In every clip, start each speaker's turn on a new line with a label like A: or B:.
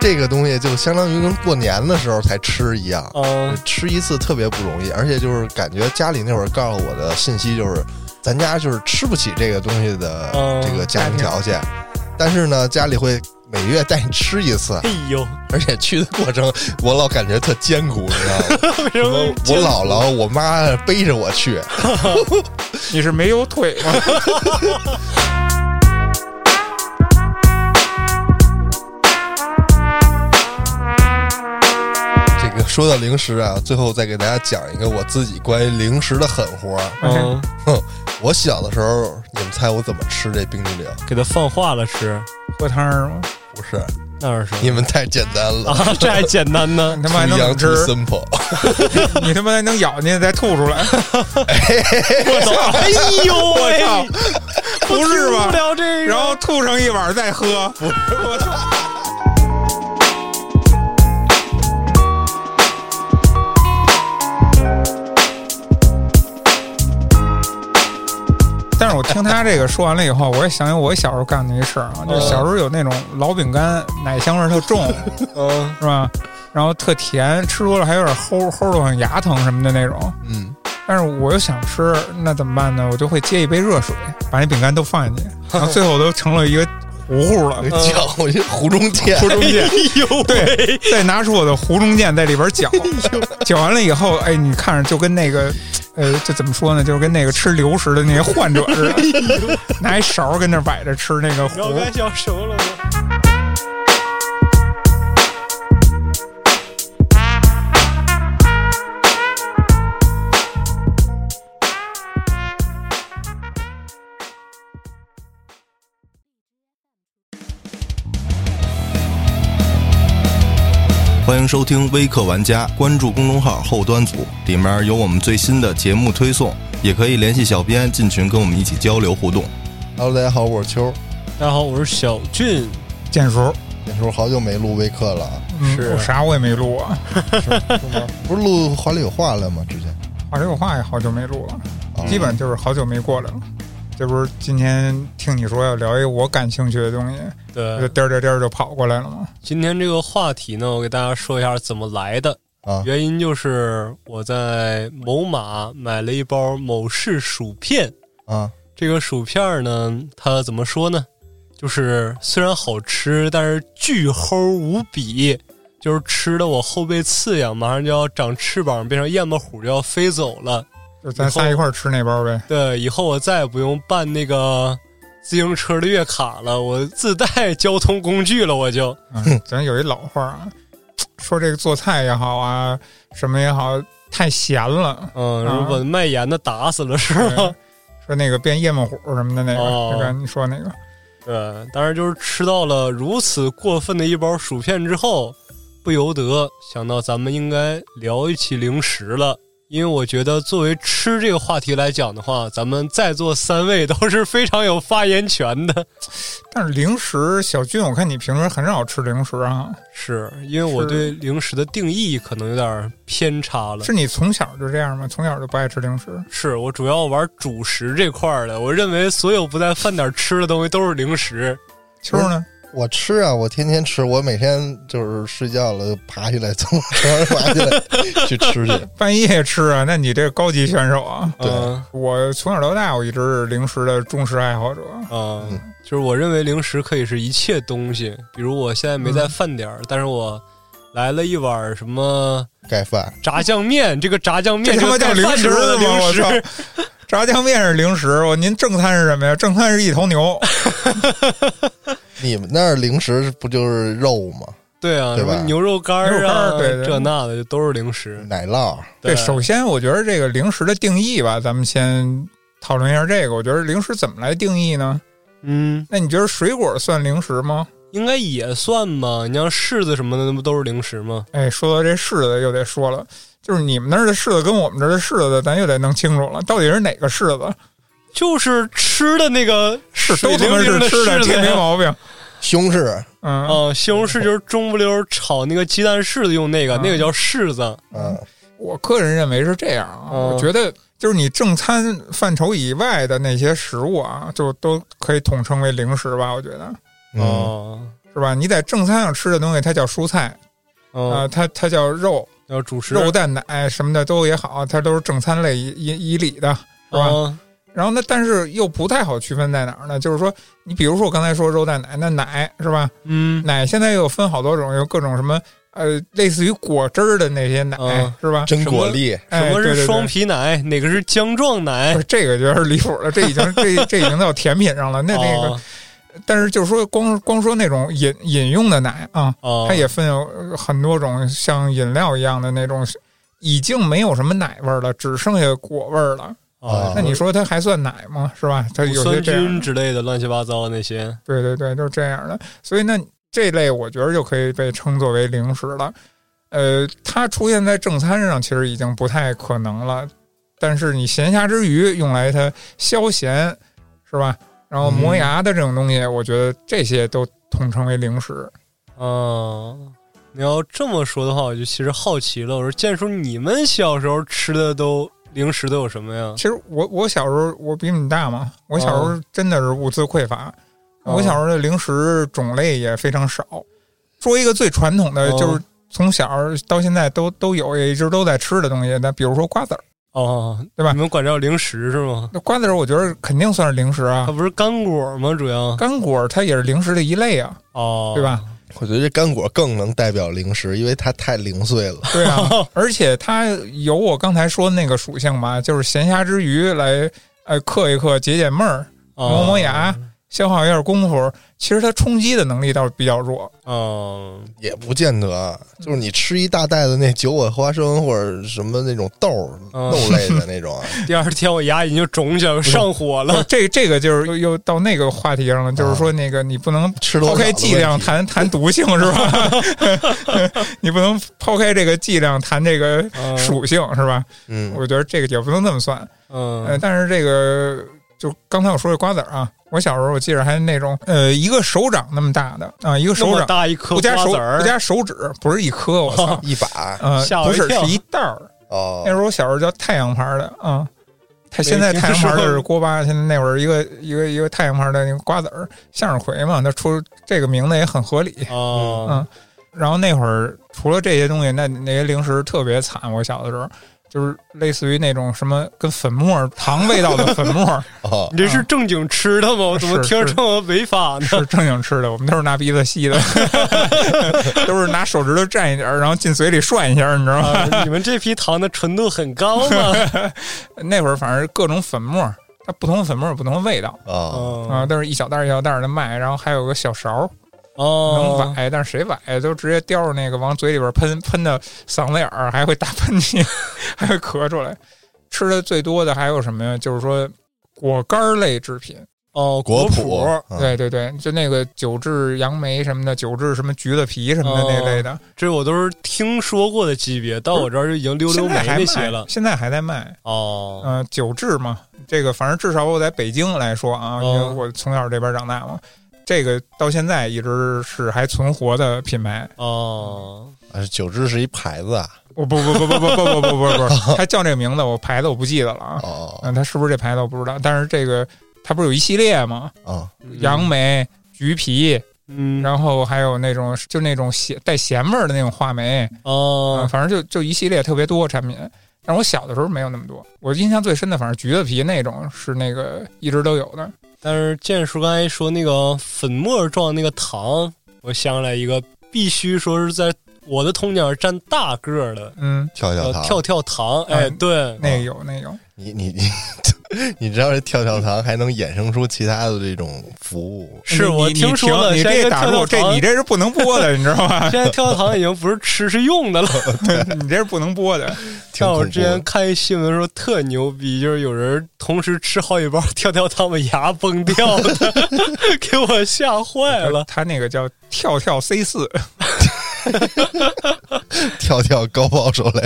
A: 这个东西就相当于跟过年的时候才吃一样，
B: 嗯，
A: 吃一次特别不容易，而且就是感觉家里那会儿告诉我的信息就是，咱家就是吃不起这个东西的
B: 嗯
A: 这个家庭条件，但是呢，家里会每月带你吃一次，
B: 哎呦，
A: 而且去的过程我老感觉特艰苦，你知道 吗？
B: 为
A: 什
B: 什
A: 么
B: 么
A: 我姥姥、我妈背着我去，
C: 你是没有腿吗？
A: 这个说到零食啊，最后再给大家讲一个我自己关于零食的狠活儿。
B: 嗯，
A: 我小的时候，你们猜我怎么吃这冰激凌？
B: 给它放化了吃，
C: 喝汤儿吗？
A: 不是，
B: 那是什么？
A: 你们太简单了。
B: 啊， 这还简单呢
C: 你，他妈还
A: Too
C: 能怎么
A: young,
C: 吃
A: too？simple。
C: 你他妈还能咬进去再吐出来？
B: 我操！哎呦
C: 我
B: 喂，
C: 操，不是
B: 我听不
C: 吧？
B: 了这个，
C: 然后吐上一碗再喝，不是我操！但是我听他这个说完了以后，我也想起我小时候干的一事儿啊，就是小时候有那种老饼干，奶香味儿特重，
B: 嗯，
C: 是吧？然后特甜，吃多了还有点齁齁的很牙疼什么的那种。
A: 嗯，
C: 但是我又想吃，那怎么办呢？我就会接一杯热水，把那饼干都放进去，然后最后都成了一个糊糊了
A: 我。 搅和去湖中见。
C: 糊中
B: 哎
C: 间，
B: 呦喂，
C: 再拿出我的糊中间在里边搅，搅完了以后，哎，你看着就跟那个，呃，这怎么说呢？就是跟那个吃流食的那些患者似的，拿一勺跟那摆着吃那个糊。
B: 腰杆小熟了都。
D: 欢迎收听微客玩家，关注公众号后端组，里面有我们最新的节目推送，也可以联系小编进群跟我们一起交流互动。
A: Hello，大家好，我是秋儿。
B: 大家好，我是小俊，
C: 建叔，
A: 那时候好久没录微课了啊，
C: 嗯
B: 是
C: 我啥我也没录啊，
A: 不是录话里有话了吗？之前
C: 话里有话也好久没录了。
A: 啊
C: 基本就是好久没过来了。这不是今天听你说要聊一个我感兴趣的东西，我
B: 对，
C: 就颠儿颠儿颠儿就跑过来了嘛。
B: 今天这个话题呢，我给大家说一下怎么来的。
A: 啊，
B: 原因就是我在某马买了一包某氏薯片，
A: 啊，
B: 这个薯片儿呢，它怎么说呢？就是虽然好吃，但是巨齁无比，就是吃的我后背刺痒，马上就要长翅膀，变成燕子虎就要飞走了。
C: 就咱仨一块儿吃那包呗。
B: 对，以后我再也不用办那个自行车的月卡了，我自带交通工具了，我就
C: 嗯，咱有一老话啊，说这个做菜也好啊，什么也好，太咸 了。
B: 嗯，
C: 啊
B: 如果卖盐的打死了是吗？
C: 说那个变夜幕虎什么的那个，
B: 哦
C: 那个你说那个，
B: 对，呃当然就是吃到了如此过分的一包薯片之后，不由得想到咱们应该聊一期零食了，因为我觉得作为吃这个话题来讲的话，咱们在座三位都是非常有发言权的。
C: 但是零食，小俊，我看你平时很少吃零食啊，
B: 是因为我
C: 是
B: 对零食的定义可能有点偏差了。
C: 是你从小就这样吗？从小就不爱吃零食？
B: 是我主要玩主食这块儿的，我认为所有不在饭点儿吃的东西都是零食。
C: 秋儿呢？
A: 我吃啊，我天天吃，我每天就是睡觉了就爬起来从床上爬起来去吃去。
C: 半夜吃啊？那你这高级选手啊！
A: 对
B: 嗯
C: 我从小到大，我一直是零食的忠实爱好者。
B: 啊、
C: 嗯
B: 就是我认为零食可以是一切东西，比如我现在没
C: 嗯
B: 在饭点儿，但是我来了一碗什么
A: 盖饭，
B: 炸酱面，这个炸酱面
C: 这他
B: 就
C: 妈
B: 是
C: 叫零
B: 饭
C: 食
B: 桌的
C: 吗
B: 零
C: 我
B: 食
C: 操！炸酱面是零食，我您正餐是什么呀？正餐是一 头牛，
A: 你们那儿零食不就是肉吗？
B: 对啊，
A: 对
B: 什
A: 吧
B: 么牛肉干
C: 牛
B: 儿
C: 肉干
B: 啊，
C: 儿对对
B: 这那的就都是零食。
A: 奶酪，
C: 对，首先我觉得这个零食的定义吧，咱们先讨论一下这个。我觉得零食怎么来定义呢？
B: 嗯，
C: 那你觉得水果算零食吗？
B: 应该也算吧。你像柿子什么的，那不都是零食吗？
C: 哎，说到这柿子又得说了，就是你们那儿的柿子跟我们这儿的柿子，咱又得弄清楚了，到底是哪个柿子？
B: 就是吃的那个
C: 是
B: 水
C: 都他
B: 灵
C: 妈
B: 灵
C: 是
B: 的
C: 吃
B: 柿
C: 的，
B: 子
C: 这没
B: 呀。
C: 毛病。
A: 西红柿，
C: 嗯，
B: 啊，西红柿就是中不溜儿炒那个鸡蛋柿子用那个，
C: 嗯
B: 那个叫柿子。
A: 嗯，
C: 我个人认为是这样啊，
B: 嗯
C: 我觉得就是你正餐范畴以外的那些食物啊，就都可以统称为零食吧，我觉得
A: 嗯，
B: 哦，
C: 是吧？你在正餐上吃的东西，它叫蔬菜啊、
B: 嗯，
C: 它它叫肉、
B: 要主食
C: 肉蛋奶什么的都也好，它都是正餐类以以以里的，是吧？
B: 啊，
C: 然后呢，但是又不太好区分在哪儿呢？就是说，你比如说我刚才说肉蛋奶，那奶是吧？
B: 嗯，
C: 奶现在又有分好多种，有各种什么呃，类似于果汁儿的那些奶、
B: 嗯
C: 是吧？
A: 真果粒，
B: 什么
C: 哎对对
B: 是
C: 对
B: 双皮奶，哪个是浆状奶
C: 不？是 这个觉得是离谱了，这已经这 这已经到甜品上了。那那个，
B: 哦
C: 但是就是说光光说那种饮饮用的奶啊，
B: 哦，
C: 它也分有呃很多种，像饮料一样的那种，已经没有什么奶味儿了，只剩下果味儿了。
B: 哦
C: 那你说它还算奶吗？是吧？它有
B: 乳
C: 些
B: 酸
C: 这样
B: 菌，之类的乱七八糟的那些，
C: 对对对，就是这样的。所以那这类我觉得就可以被称作为零食了。呃，它出现在正餐上其实已经不太可能了，但是你闲暇之余用来它消闲，是吧？然后磨牙的这种东西，我觉得这些都统称为零食。
B: 嗯，你要这么说的话，我就其实好奇了。我说，建叔，你们小时候吃的都零食都有什么呀？
C: 其实我我小时候我比你大嘛，我小时
B: 哦
C: 候真的是物资匮乏，我小时候的零食种类也非常少。说一个最传统的，
B: 哦
C: 就是从小到现在都都有，也一直都在吃的东西，那比如说瓜子儿。
B: 哦，
C: 对吧
B: 你们管这叫零食是吗？
C: 那瓜子儿我觉得肯定算是零食啊
B: 它，不是干果吗？主要
C: 干果儿它也是零食的一类啊，
B: 哦，
C: 对？吧？
A: 我觉得这干果更能代表零食，因为它太零碎了。
C: 对 啊，而且它有我刚才说的那个属性嘛，就是闲暇之余来呃嗑一嗑，解解闷儿，
B: 哦、
C: 磨磨牙，消耗一下功夫。其实它冲击的能力倒是比较弱，
B: 哦，
A: 也不见得啊，就是你吃一大袋子那九尾花生或者什么那种豆儿
B: 嗯
A: 豆类的那种啊，
B: 第二天我牙已经肿起来，我上火了。
C: 呃这这个就是又又到那个话题上了，就是说那个你不
B: 啊
C: 能
A: 吃多
C: 抛
A: 少的
C: 开
A: 问题
C: 剂量谈谈毒性是吧？ 你不能抛开这个剂量谈这个
B: 嗯
C: 属性是吧？
A: 嗯，，
C: 我觉得这个也不能这么算。呃，
B: 嗯
C: 但是这个就刚才我说的瓜子儿啊，我小时候我记着还那种呃一个手掌那么大的啊、一个
B: 那
C: 手
B: 么
C: 掌
B: 大一颗
C: 不加
B: 瓜
C: 手
B: 子儿
C: 不，加手指，不是一颗，我操
A: 一把
C: 呃
B: 吓我
C: 不
B: 一
C: 是
B: 跳
C: 是一袋儿。
A: 哦
C: 那时，候我小时候叫太阳牌儿的啊，它现在
B: 没听
C: 太阳牌儿
B: 说
C: 就是锅巴，现在那会儿一个一个一个太阳牌儿的那个瓜子儿向日葵嘛，它出这个名字也很合理。
B: 哦，
C: 然后那会儿除了这些东西，那那些零食特别惨。我小的时候就是类似于那种什么跟粉末糖味道的粉末
A: 哦，
B: 你这是正经吃的吗？我怎么
C: 啊是
B: 听着
C: 是
B: 这么违法 呢？
C: 是正经吃的，我们都是拿鼻子吸的， 都是拿手指头蘸一点儿，然后进嘴里涮一下儿，你知道吗？
B: 啊，你们这批糖的纯度很高吗？
C: 那会儿反正各种粉末，它不同的粉末有不同的味道
A: 哦，
C: 啊、
B: 哦
C: 都是一小袋儿一小袋儿的卖，然后还有个小勺儿能
B: 哦，
C: 崴，但是谁崴都直接叼着那个往嘴里边喷，喷到嗓子眼儿，还会打喷嚏， 还会咳出来。吃的最多的还有什么呀？就是说果干儿类制品，
B: 哦，
A: 果
B: 脯，
A: 嗯
C: 对对对，就那个九制杨梅什么的，九制什么橘子皮什么的
B: 哦
C: 那类的，
B: 这我都是听说过的级别，到我这儿就已经溜溜
C: 现
B: 没
C: 在还
B: 那些
C: 卖
B: 了，。
C: 现在还在卖。
B: 哦，
C: 嗯、九制嘛，这个反正至少我在北京来说啊，因为
B: 嗯
C: 我从小这边长大嘛，这个到现在一直是还存活的品牌。
B: 哦，
A: 啊九芝是一牌子啊，
C: 我不不不不不不不不不不，他叫这个名字，我牌子我不记得了啊。
A: 哦
C: 嗯，他是不是这牌子我不知道，但是这个它不是有一系列吗？
A: 哦，
B: 嗯
C: 杨，梅、橘皮，
B: 嗯，
C: 然后还有那种就那种咸带咸味儿的那种话梅，嗯，
B: 哦，
C: 反正就就一系列特别多产品。但是我小的时候没有那么多，我印象最深的反正橘子皮那种是那个一直都有的。
B: 但是建叔刚才说那个粉末状那个糖，我想起来一个，必须说是在我的童年占大个儿的，
C: 嗯，
A: 跳跳
B: 呃，
A: 糖，
B: 跳跳糖，哎，
C: 嗯
B: 对，
C: 那个有那个有，
A: 你你你， 你知道这跳跳糖还能衍生出其他的这种服务，
B: 是我
C: 你你
B: 听说了，
C: 你
B: 现在
C: 这
B: 跟
C: 打
B: 跳
C: 住，
B: 跳
C: 这
B: 糖
C: 你这是不能播的，你知道吗？
B: 现在跳跳糖已经不是吃是用的了。
C: 你这是不能 播的。
A: 挺
B: 像我
A: 恐怖
B: 之前
A: 的。
B: 看一新闻说特牛逼，就是有人同时吃好几包跳跳糖，把牙崩掉了， 给我吓坏了。
C: 他那个叫跳跳 C 四，
A: 跳跳高保手雷，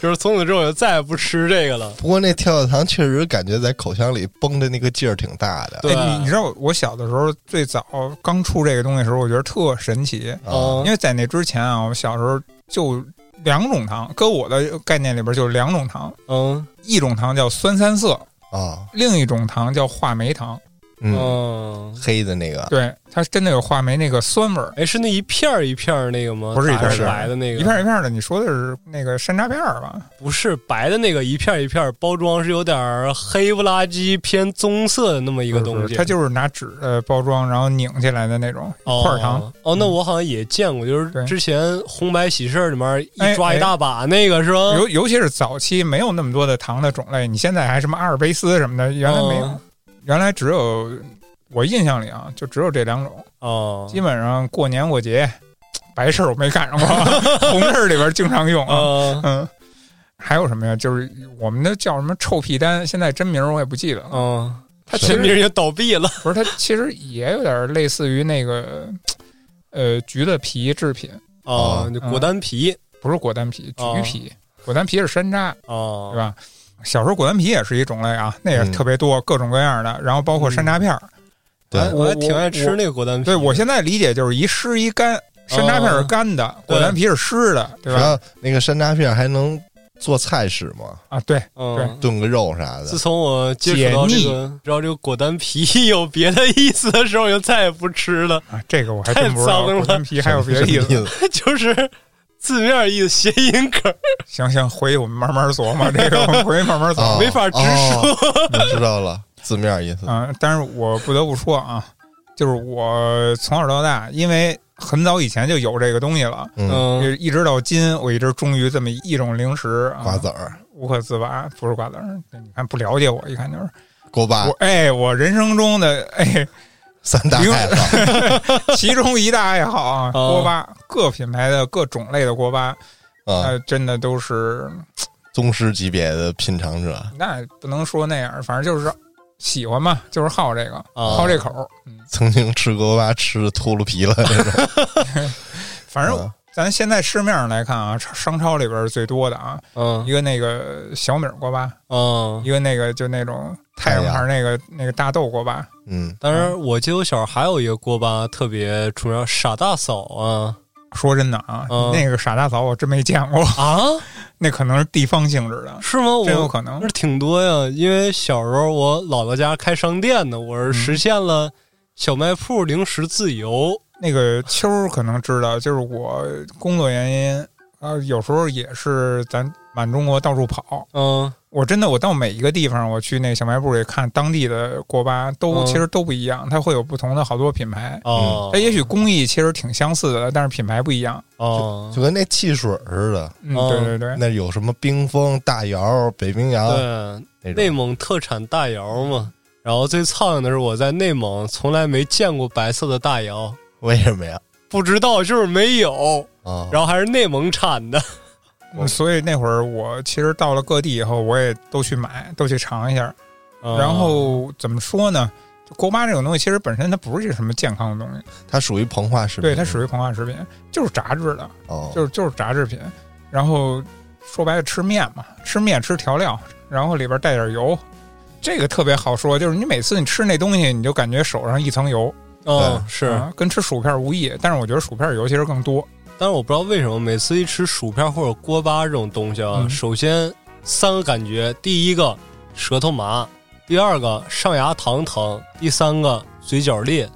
B: 就是从此之后我就再也不吃这个了。
A: 不过那跳跳糖确实感觉在口腔里崩的那个劲儿挺大的。
B: 对
C: 哎，你你知道我我小的时候最早刚出这个东西的时候，我觉得特神奇，
A: 啊，
B: 嗯
C: 因为在那之前啊，我小时候就两种糖，搁我的概念里边就是两种糖，
B: 嗯
C: 一种糖叫酸三色，
A: 啊，
C: 另一种糖叫话梅糖。
A: 嗯，
B: 嗯，
A: 黑的那个，
C: 哦对，它真的有话梅那个酸味儿，
B: 哎，是那一片儿一片儿那个吗？
C: 不是一片儿
B: 打着
C: 一片儿
B: 白的那个，
C: 一片儿一片儿的。你说的是那个山楂片儿吧？
B: 不是白的那个，一片儿一片儿包装是有点儿黑不拉几偏棕色的那么一
C: 一
B: 个东西，
C: 它就是拿纸呃包装，然后拧起来的那种一块儿糖。
B: 哦。哦，那我好像也见过，就是
C: 对
B: 之前红白喜事里面一
C: 哎
B: 抓一大把那个是吧？
C: 尤尤其是早期没有那么多的糖的种类，你现在还什么阿尔卑斯什么的，原来没有，
B: 哦
C: 原来只有我印象里啊，就只有这两种。
B: 哦
C: 基，本上过年过节，白事儿我没赶上 过，红事儿里边经常用啊。
B: 嗯
C: 嗯，还有什么呀？就是我们的叫什么臭屁丹，现在真名儿我也不记得了。
B: 嗯，
C: 它其
B: 前
C: 实
B: 面也倒闭了。
C: 不是，它其实也有点类似于那个呃橘的皮制品，
B: 哦
A: 哦，
B: 就
C: 嗯
B: 果丹皮
C: 不是果丹皮，
B: 哦
C: 橘皮。果丹皮是山楂，
B: 哦，
C: 对嗯吧？小时候果丹皮也是一种类啊，那也
A: 嗯
C: 特别多，各种各样的，然后包括山楂片儿。
A: 对
B: 哎我还挺爱吃
C: 我
B: 那个果丹皮。
C: 对我现在理解就是一湿一干，山楂片儿是干
A: 哦
C: 的，
B: 对
C: 果丹皮是湿的，对
A: 然
C: 吧？
A: 后那个山楂片还能做菜使吗？
C: 啊，对，
B: 嗯，
A: 炖个肉啥
B: 自
A: 的，
B: 从我接触到这个，知道这个果丹皮有别的意思的时候，我就再也不吃了。
C: 啊，这个我还真不知
B: 太
C: 道
B: 脏了
C: 果丹皮还有别的意
A: 什
C: 思。
A: 么思？
B: 就是字面意思谐音梗，
C: 行行，回去我们慢慢琢磨 这 个，我们回去慢慢琢磨。
A: 哦
B: 没法直说。
A: 我知道了，字面意思。
C: 嗯，但是我不得不说啊，就是我从小到大，因为很早以前就有这个东西了，
A: 嗯，
B: 嗯
C: 就一直到今，我一直忠于这么一种零食啊，
A: 瓜子儿、
C: 无可自拔，不是瓜子儿。你看不了解我，一看就是
A: 锅巴
C: 我，哎，我人生中的哎，
A: 三大
C: 零
A: 爱 好。
C: 其中一大爱好啊，
B: 哦
C: 锅巴，各品牌的各种类的锅巴，
A: 啊，
C: 呃，真的都是
A: 宗师级别的品尝者，
C: 那不能说那样，反正就是喜欢嘛，就是好这个，
B: 哦
C: 好这口儿。嗯，
A: 曾经吃锅巴吃的秃噜皮了。
C: 反正
A: 嗯
C: 咱现在市面上来看啊，超商超里边是最多的啊，
B: 嗯
C: 一个那个小米锅巴，
B: 嗯。
C: 一个那个就那种太阳牌那个那个大豆锅巴，
A: 嗯，
B: 当然，我记得我小时候还有一个锅巴特别出名，傻大嫂啊
C: 说真的啊，
B: 嗯
C: 那个傻大嫂我真没见过，
B: 啊，
C: 那可能是地方性质的，
B: 是吗？
C: 真有
B: 我
C: 可能
B: 那。挺多呀，因为小时候我姥姥家开商店呢，我是实现了小卖铺零食自由。
C: 那个秋儿可能知道，就是我工作原因啊，有时候也是咱满中国到处跑。
B: 嗯
C: 我真的，我到每一个地方，我去那小卖部里看当地的锅巴，都、
B: 嗯
C: 其实都不一样，它会有不同的好多品牌。
B: 哦
C: 它，也许工艺其实挺相似的，但是品牌不一样。
B: 哦，
A: 就跟那汽水似的，
C: 嗯，
B: 哦
C: 对对对，
A: 那有什么冰峰、大窑、北冰
B: 啊
A: 洋
B: 对，
A: 那
B: 内
A: 种。
B: 蒙特产大窑嘛。然后最苍蝇的是我在内蒙从来没见过白色的大窑，
A: 为什么呀？
B: 不知道就是没有，
A: 啊，
B: 然后还是内蒙产的。
A: 我
C: 嗯所以那会儿我其实到了各地以后，我也都去买，都去尝一下。
B: 哦
C: 然后怎么说呢？就锅巴这种东西，其实本身它不是什么健康的东西，
A: 它属于膨化食品，
C: 对，它属于膨化食品，就是炸制的。
A: 哦，
C: 就是就是炸制品，然后说白了吃面嘛，吃面吃调料，然后里边带点油，这个特别好说，就是你每次你吃那东西，你就感觉手上一层油，
B: 嗯是，
C: 啊跟吃薯片无异，但是我觉得薯片油其实更多，
B: 但是我不知道为什么每次一吃薯片或者锅巴这种东西啊，
C: 嗯
B: 首先三个感觉：第一个舌头麻，第二个上牙膛疼，第三个嘴角裂。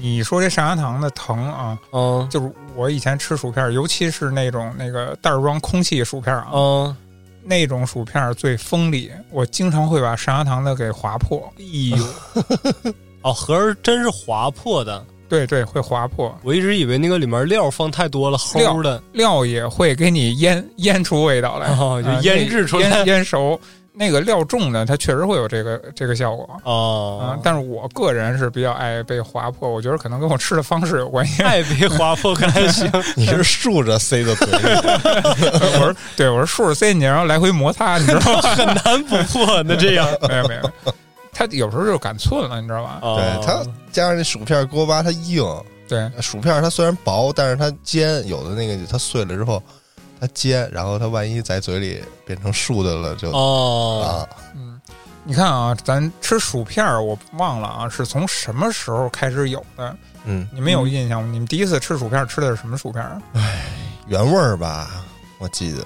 C: 你说这上牙膛的疼啊，
B: 嗯
C: 就是我以前吃薯片，尤其是那种那个袋儿装空气薯片啊，
B: 嗯，
C: 那种薯片最锋利，我经常会把上牙膛的给划破，
B: 哎呦，哦，合着真是划破的。
C: 对对，会划破，
B: 我一直以为那个里面料放太多了，齁的。
C: 料也会给你腌腌出味道来，
B: 哦就
C: 啊
B: 腌
C: 那
B: 制出来
C: 腌腌熟。那个料重的，它确实会有这个这个效果啊、
B: 哦，
C: 但是我个人是比较爱被划破，我觉得可能跟我吃的方式有关系。
B: 太被划破可还行。
A: 你是竖着塞到嘴 里，
C: 我是对，我是竖着塞进去，然后来回摩擦，你知道吗？
B: 很难不破那这样。
C: 没有没有，没有它有时候就赶寸了，你知道吧？
B: 哦
A: 对它加上那薯片锅巴，它硬。
C: 对，
A: 薯片它虽然薄，但是它尖，有的那个它碎了之后，它尖，然后它万一在嘴里变成竖的了就
B: 哦，
A: 啊，
C: 嗯，你看啊，咱吃薯片儿，我忘了啊，是从什么时候开始有的？
A: 嗯，
B: 啊
C: 你们有印象吗？你们第一次吃薯片儿吃的是什么薯片儿？
A: 原味儿吧，我记得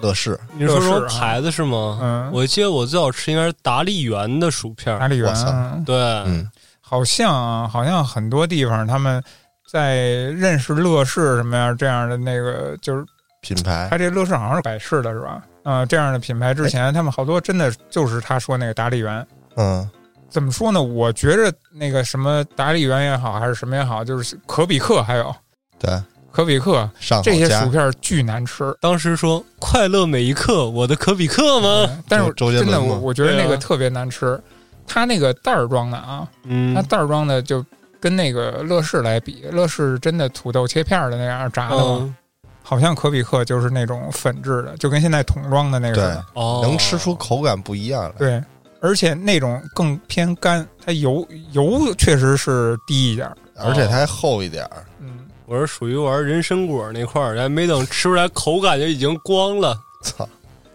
A: 乐事，
B: 你是说什么
C: 乐事啊
B: 牌子是吗？
C: 嗯，
B: 我记得我最早吃应该是达利园的薯片儿，
C: 哪里啊
A: 我操
C: 园？
B: 对，
A: 嗯，
C: 好像啊，好像很多地方他们在认识乐视什么呀这样的那个，就是
A: 品牌
C: 他这乐视好像是百事的是吧？啊、这样的品牌之前他们好多真的就是他说那个达利园。
A: 嗯
C: 怎么说呢？我觉着那个什么达利园也好，还是什么也好，就是可比克还有
A: 对
C: 可比克
A: 上
C: 这
A: 好
C: 些
A: 佳
C: 薯片巨难吃。
B: 当时说快乐每一刻，我的可比克吗？
C: 嗯但是
A: 周周杰
C: 真
A: 伦
C: 的
A: 吗
C: 我我觉得那
B: 对
C: 个
B: 啊
C: 特别难吃，它那个袋儿装的啊，
B: 嗯
C: 它，袋儿装的就跟那个乐事来比，乐事是真的土豆切片儿的那样炸的嘛，
B: 嗯
C: 好像可比克就是那种粉质的，就跟现在桶装的那个似的。
B: 哦，
A: 能吃出口感不一样来，
C: 对，而且那种更偏干，它油油确实是低一点儿。
A: 而且它还厚一点儿，
C: 嗯，
B: 我是属于玩人参果那块儿，还没等吃出来口感就已经光了，
A: 操，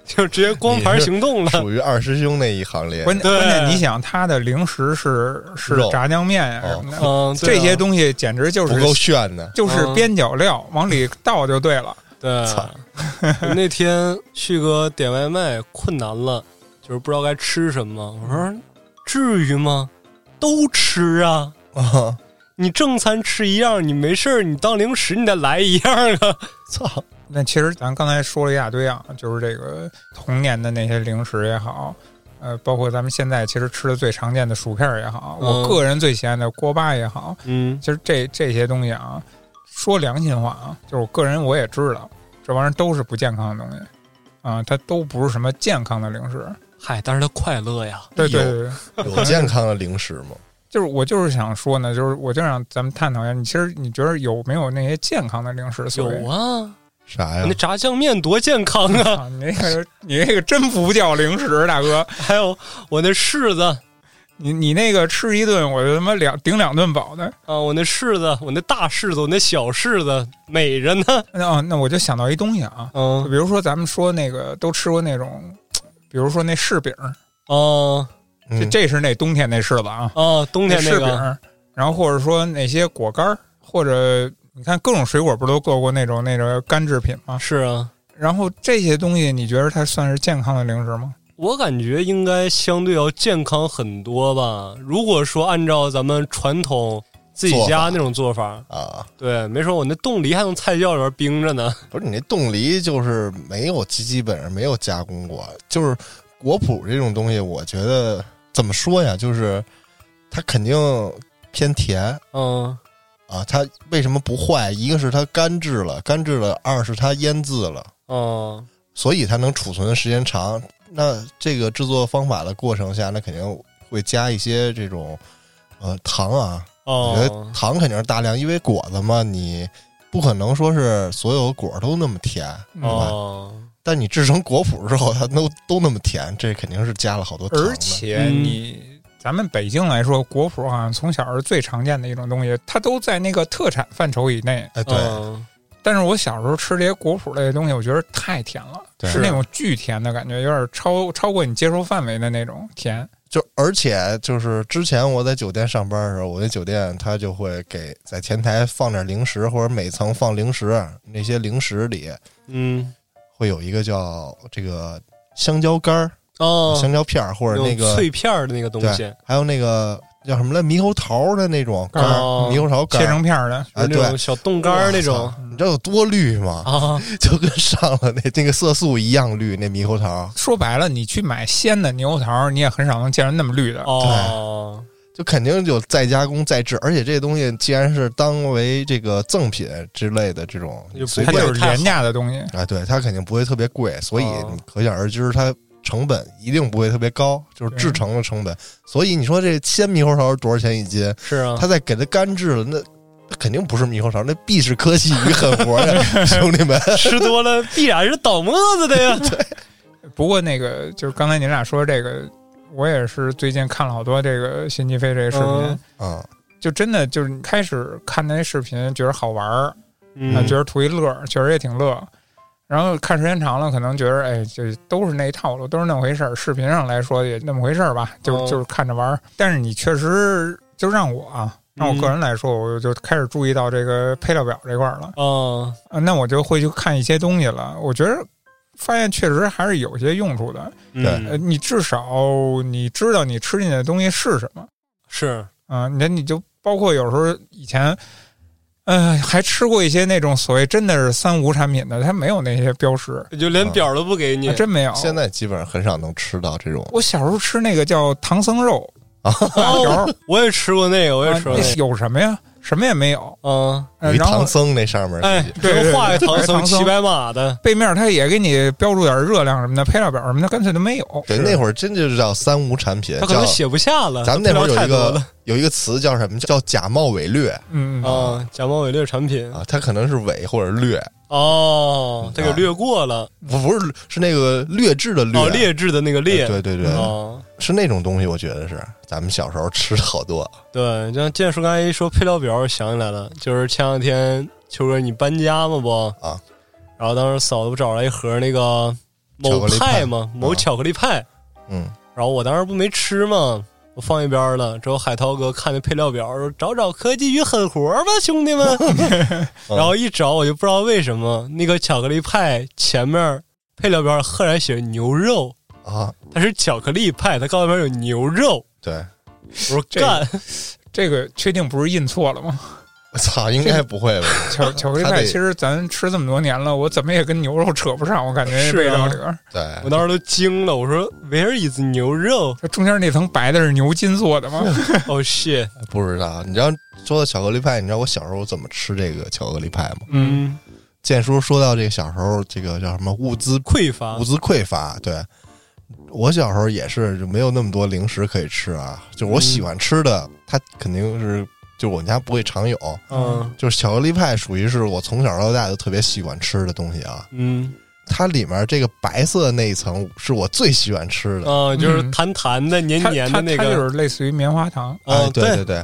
B: 就直接光盘行 动了。
A: 属于二师兄那一行列。
C: 关键
B: 对
C: 关键你想，它的零食是是
A: 肉
C: 炸酱面呀什么的，
B: 嗯，对啊
C: 这些东西简直就
A: 不够
C: 是
A: 炫 呢，
C: 就是
B: 嗯
C: 边角料，往里倒就对了。
A: 操
B: 对。我 那天旭哥点外卖困难了，就是不知道该吃什么。我说至于吗？都吃啊。
A: 啊！
B: 你正餐吃一样，你没事儿，你当零食你再来一样啊！
A: 操，
C: 那其实咱刚才说了一大堆啊，就是这个童年的那些零食也好，呃，包括咱们现在其实吃的最常见的薯片儿也好，
B: 嗯
C: 我个人最喜爱的锅巴也好，
B: 嗯，
C: 其实这这些东西啊，说良心话啊，就是我个人我也知道，这玩意儿都是不健康的东西啊，它都不是什么健康的零食。
B: 嗨，但是他快乐呀，
C: 对对对对，
A: 有健康的零食吗？
C: 就是我就是想说呢，就是我就想咱们探讨一下，你其实你觉得有没有那些健康的零食？
B: 有
C: 所谓
B: 啊，
A: 啥呀
B: 那？炸酱面多健康啊！
C: 啊，你那个你那个真不叫零食，大哥。
B: 还有我那柿子
C: 你你那个吃一顿，我就他妈两顶两顿饱的。
B: 啊，我那柿子，我那大柿子，我那小柿子，美着呢。
C: 那、啊那我就想到一东西啊，比
B: 嗯
C: 如说咱们说那个都吃过那种，比如说那柿饼，
B: 哦
C: 这
A: 嗯
C: 这是那冬天那柿子啊，
B: 哦，冬天
C: 柿
B: 那个
C: 饼，然后或者说那些果干儿，或者你看各种水果不都做过那种那种干制品吗？
B: 是啊，
C: 然后这些东西你觉得它算是健康的零食吗？
B: 我感觉应该相对要健康很多吧。如果说按照咱们传统自己家那种做法，
A: 啊，
B: 对，没说我那冻梨还从菜窖里边冰着呢。
A: 不是你那冻梨就是没有基基本上没有加工过，就是果脯这种东西，我觉得怎么说呀，就是它肯定偏甜
B: 嗯
A: 啊。它为什么不坏？一个是它干制了，干制了；二是它腌制了，
B: 嗯。
A: 所以它能储存的时间长。那这个制作方法的过程下，那肯定会加一些这种呃糖啊，我觉
B: 哦
A: 得，糖肯定是大量，因为果子嘛，你不可能说是所有果都那么甜，
C: 嗯
B: 哦，
A: 但你制成果脯之后，它都都那么甜，这肯定是加了好多糖的
C: 而且
B: 嗯
C: 你、咱们北京来说，果脯好像从小是最常见的一种东西，它都在那个特产范畴以内。
A: 哎，对，
C: 哦
B: 嗯
C: 但是我小时候吃这些果脯类的东西，我觉得太甜了，
A: 对
C: 是那种巨甜的感觉，有点超超过你接受范围的那种甜。
A: 就而且就是之前我在酒店上班的时候，我那酒店它就会给在前台放点零食，或者每层放零食，那些零食里
B: 嗯，
A: 会有一个叫这个香蕉干儿、
B: 哦，
A: 香蕉片儿，或者那
B: 种
A: 个
B: 脆片儿的那个东西，
A: 对，还有那个叫什么来猕猴桃的那种干儿，
B: 哦
A: 猕猴桃干
C: 切
A: 儿
C: 成片儿的，
A: 哎，
B: 就是那
A: 对
B: 种，小冻干儿那
A: 我
B: 种
A: 操，你知道有多绿吗？
B: 啊，
A: 就跟上了那那个色素一样绿，那猕猴桃
C: 说白了，你去买鲜的猕猴桃，你也很少能见着那么绿的。
B: 哦，
A: 就肯定有再加工再制，而且这东西既然是当为这个赠品之类的这种
B: 就，
A: 随
C: 它
B: 不
A: 便
B: 会
C: 就是廉价的东西，
A: 啊，对它肯定不会特别贵，所以
B: 哦
A: 你可想而知它。成本一定不会特别高，就是制成的成本。所以你说这鲜猕猴桃多少钱一斤？
B: 是啊，
A: 它再给它干制了，那那肯定不是猕猴桃，那必是科技与狠活 呀，兄弟们！
B: 吃 多了必然是倒沫子的呀。
C: 不过那个就是刚才你俩说这个，我也是最近看了好多这个辛吉飞这个视频，
B: 嗯
A: 啊、
C: 就真的就是开始看那些视频，觉得好玩儿，啊，
B: 嗯
C: 觉得图一乐儿，确实也挺乐。然后看时间长了，可能觉得哎，就都是那一套路，都是那么回事儿。视频上来说也那么回事儿吧，就、
B: 嗯
C: 就是看着玩儿。但是你确实就让我啊，那我个人来说，我就开始注意到这个配料表这块儿了。
B: 啊，
C: 啊，那我就会去看一些东西了。我觉得发现确实还是有些用处的。
B: 嗯
C: 呃，你至少你知道你吃进去的东西是什么
B: 是，
C: 啊。那你就包括有时候以前，呃，还吃过一些那种所谓真的是三无产品的，它没有那些标识，啊
B: 就
A: 嗯
B: 连表都不给
A: 啊
B: 你，
C: 真没有。
A: 现在基本上很少能吃到这种
C: 我小时候吃那个叫唐僧肉
A: 啊
C: 辣条，
B: 哦 我也吃过那个，我也吃过
C: 啊
B: 那
C: 那
B: 个，
C: 有什么呀？什么也没有。
B: 嗯，
C: 呃
A: 有一
C: 然后
A: 唐僧那上面，
B: 哎，
C: 对对
B: 什么画一
C: 对
B: 唐僧
C: 唐僧
B: 骑白马的，
C: 背面它也给你标注点热量什么的，配料表什么的干脆都没有。
A: 对，那会儿真就是叫三无产品，
B: 他可
A: 叫
B: 能写不下了，
A: 咱们那会儿有
B: 他配
A: 一
B: 料太多了
A: 个有一个词叫什么？叫假冒伪劣
C: 嗯，
A: 哦
C: 嗯
B: 啊，假冒伪劣产品
A: 啊，它可能是伪或者劣，
B: 哦，他给略过了，
A: 不不是是那个劣质的劣，
B: 哦，劣质的那个劣，
A: 哎对对对，
B: 哦，
A: 是那种东西，我觉得是咱们小时候吃的好多，
B: 对，像建叔刚才一说配料表，我想起来了，就是前两天秋哥你搬家嘛不
A: 啊，
B: 然后当时嫂子不找来一盒那个
A: 巧克
B: 某
A: 力派
B: 派嘛，某
A: 啊
B: 巧克力派，
A: 嗯，
B: 然后我当时不没吃嘛，我放一边了。之后海涛哥看那配料表，说找找科技与狠活吧，兄 弟们。然后一找我就不知道为什么那个巧克力派前面配料表赫然写着牛肉，
A: 啊，
B: 它是巧克力派，它告诉面有牛肉。
A: 对，
B: 我说
C: 这个
B: 干，
C: 这个确定不是印错了吗？
A: 我操，应该不会吧？
C: 巧 巧克力
A: 它
C: 派，
A: 得
C: 其实咱吃这么多年了，我怎么也跟牛肉扯不上，我感觉
B: 是
C: 这味道
B: 啊
C: 里边儿，
A: 对，
B: 我当时都惊了。我说 Where is 牛肉？
C: 它中间那层白的是牛筋做的吗？
A: 啊
B: 哦、shit，
A: 不知道。你知道说到巧克力派，你知道我小时候怎么吃这个巧克力派吗？
C: 嗯，
A: 建叔说到这个小时候这个叫什么物资
B: 匮乏
A: 物资匮乏，对。我小时候也是就没有那么多零食可以吃啊，就是我喜欢吃的，它肯定是就我们家不会常有，
B: 嗯
A: 就是巧克力派属于是我从小到大就特别喜欢吃的东西啊。
B: 嗯
A: 它里面这个白色那一层是我最喜欢吃的，
B: 嗯，就是弹弹的、黏
C: 它
B: 黏
C: 它
B: 的那
C: 它就
B: 个，嗯
C: 是类似于棉花糖，
A: 哎
B: 哦，
A: 对对对，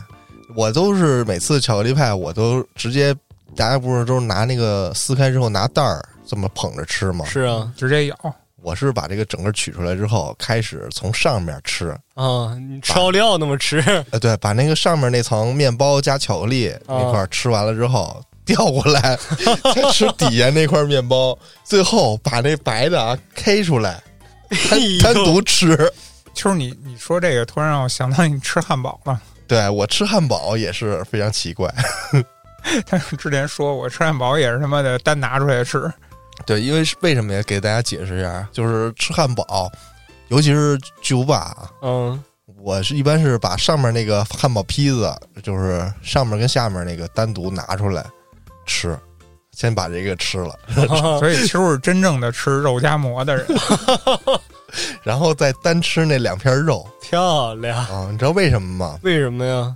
A: 我都是每次巧克力派我都直接，大家不是都是拿那个撕开之后拿袋儿这么捧着吃吗？
B: 是啊
C: 直接咬。
A: 我是把这个整个取出来之后，开始从上面吃，
B: 啊，你吃奥利奥那么吃，
A: 呃，对，把那个上面那层面包加巧克力
B: 啊
A: 那块儿吃完了之后，调过来 再吃底下那块面包，最后把那白的啊 K 出来，单
B: 哎呦
A: 单独吃。
C: 就是你你说这个，突然让我想到你吃汉堡了。
A: 对我吃汉堡也是非常奇怪，
C: 他之前说我吃汉堡也是他妈的单拿出来吃，
A: 对，因为是为什么呀？给大家解释一下，啊就是吃汉堡，尤其是巨无霸啊，
B: 嗯
A: 我是一般是把上面那个汉堡坯子，就是上面跟下面那个单独拿出来吃，先把这个吃了，
B: 哦
C: 所以其实我是真正的吃肉夹馍的人。
A: 然后再单吃那两片肉
B: 漂亮，
A: 啊、你知道为什么吗？
B: 为什么呀？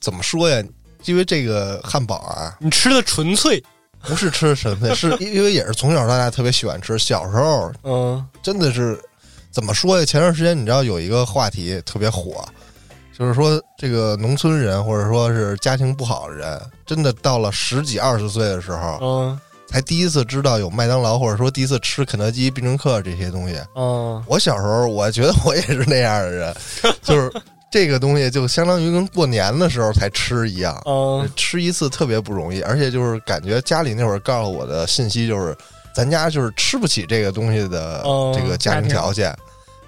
A: 怎么说呀？因为这个汉堡啊，
B: 你吃的纯粹，
A: 不是吃什么，是因为也是从小到大特别喜欢吃。小时候
B: 嗯
A: 真的是怎么说呀？前段时间你知道有一个话题特别火，就是说这个农村人或者说是家庭不好的人，真的到了十几二十岁的时候，
B: 嗯
A: 才第一次知道有麦当劳，或者说第一次吃肯德基、必胜客这些东西。
B: 嗯，
A: 我小时候，我觉得我也是那样的人，就是这个东西就相当于跟过年的时候才吃一样。
B: 嗯
A: 吃一次特别不容易，而且就是感觉家里那会儿告诉我的信息就是，咱家就是吃不起这个东西的
B: 哦
A: 这个家庭条件，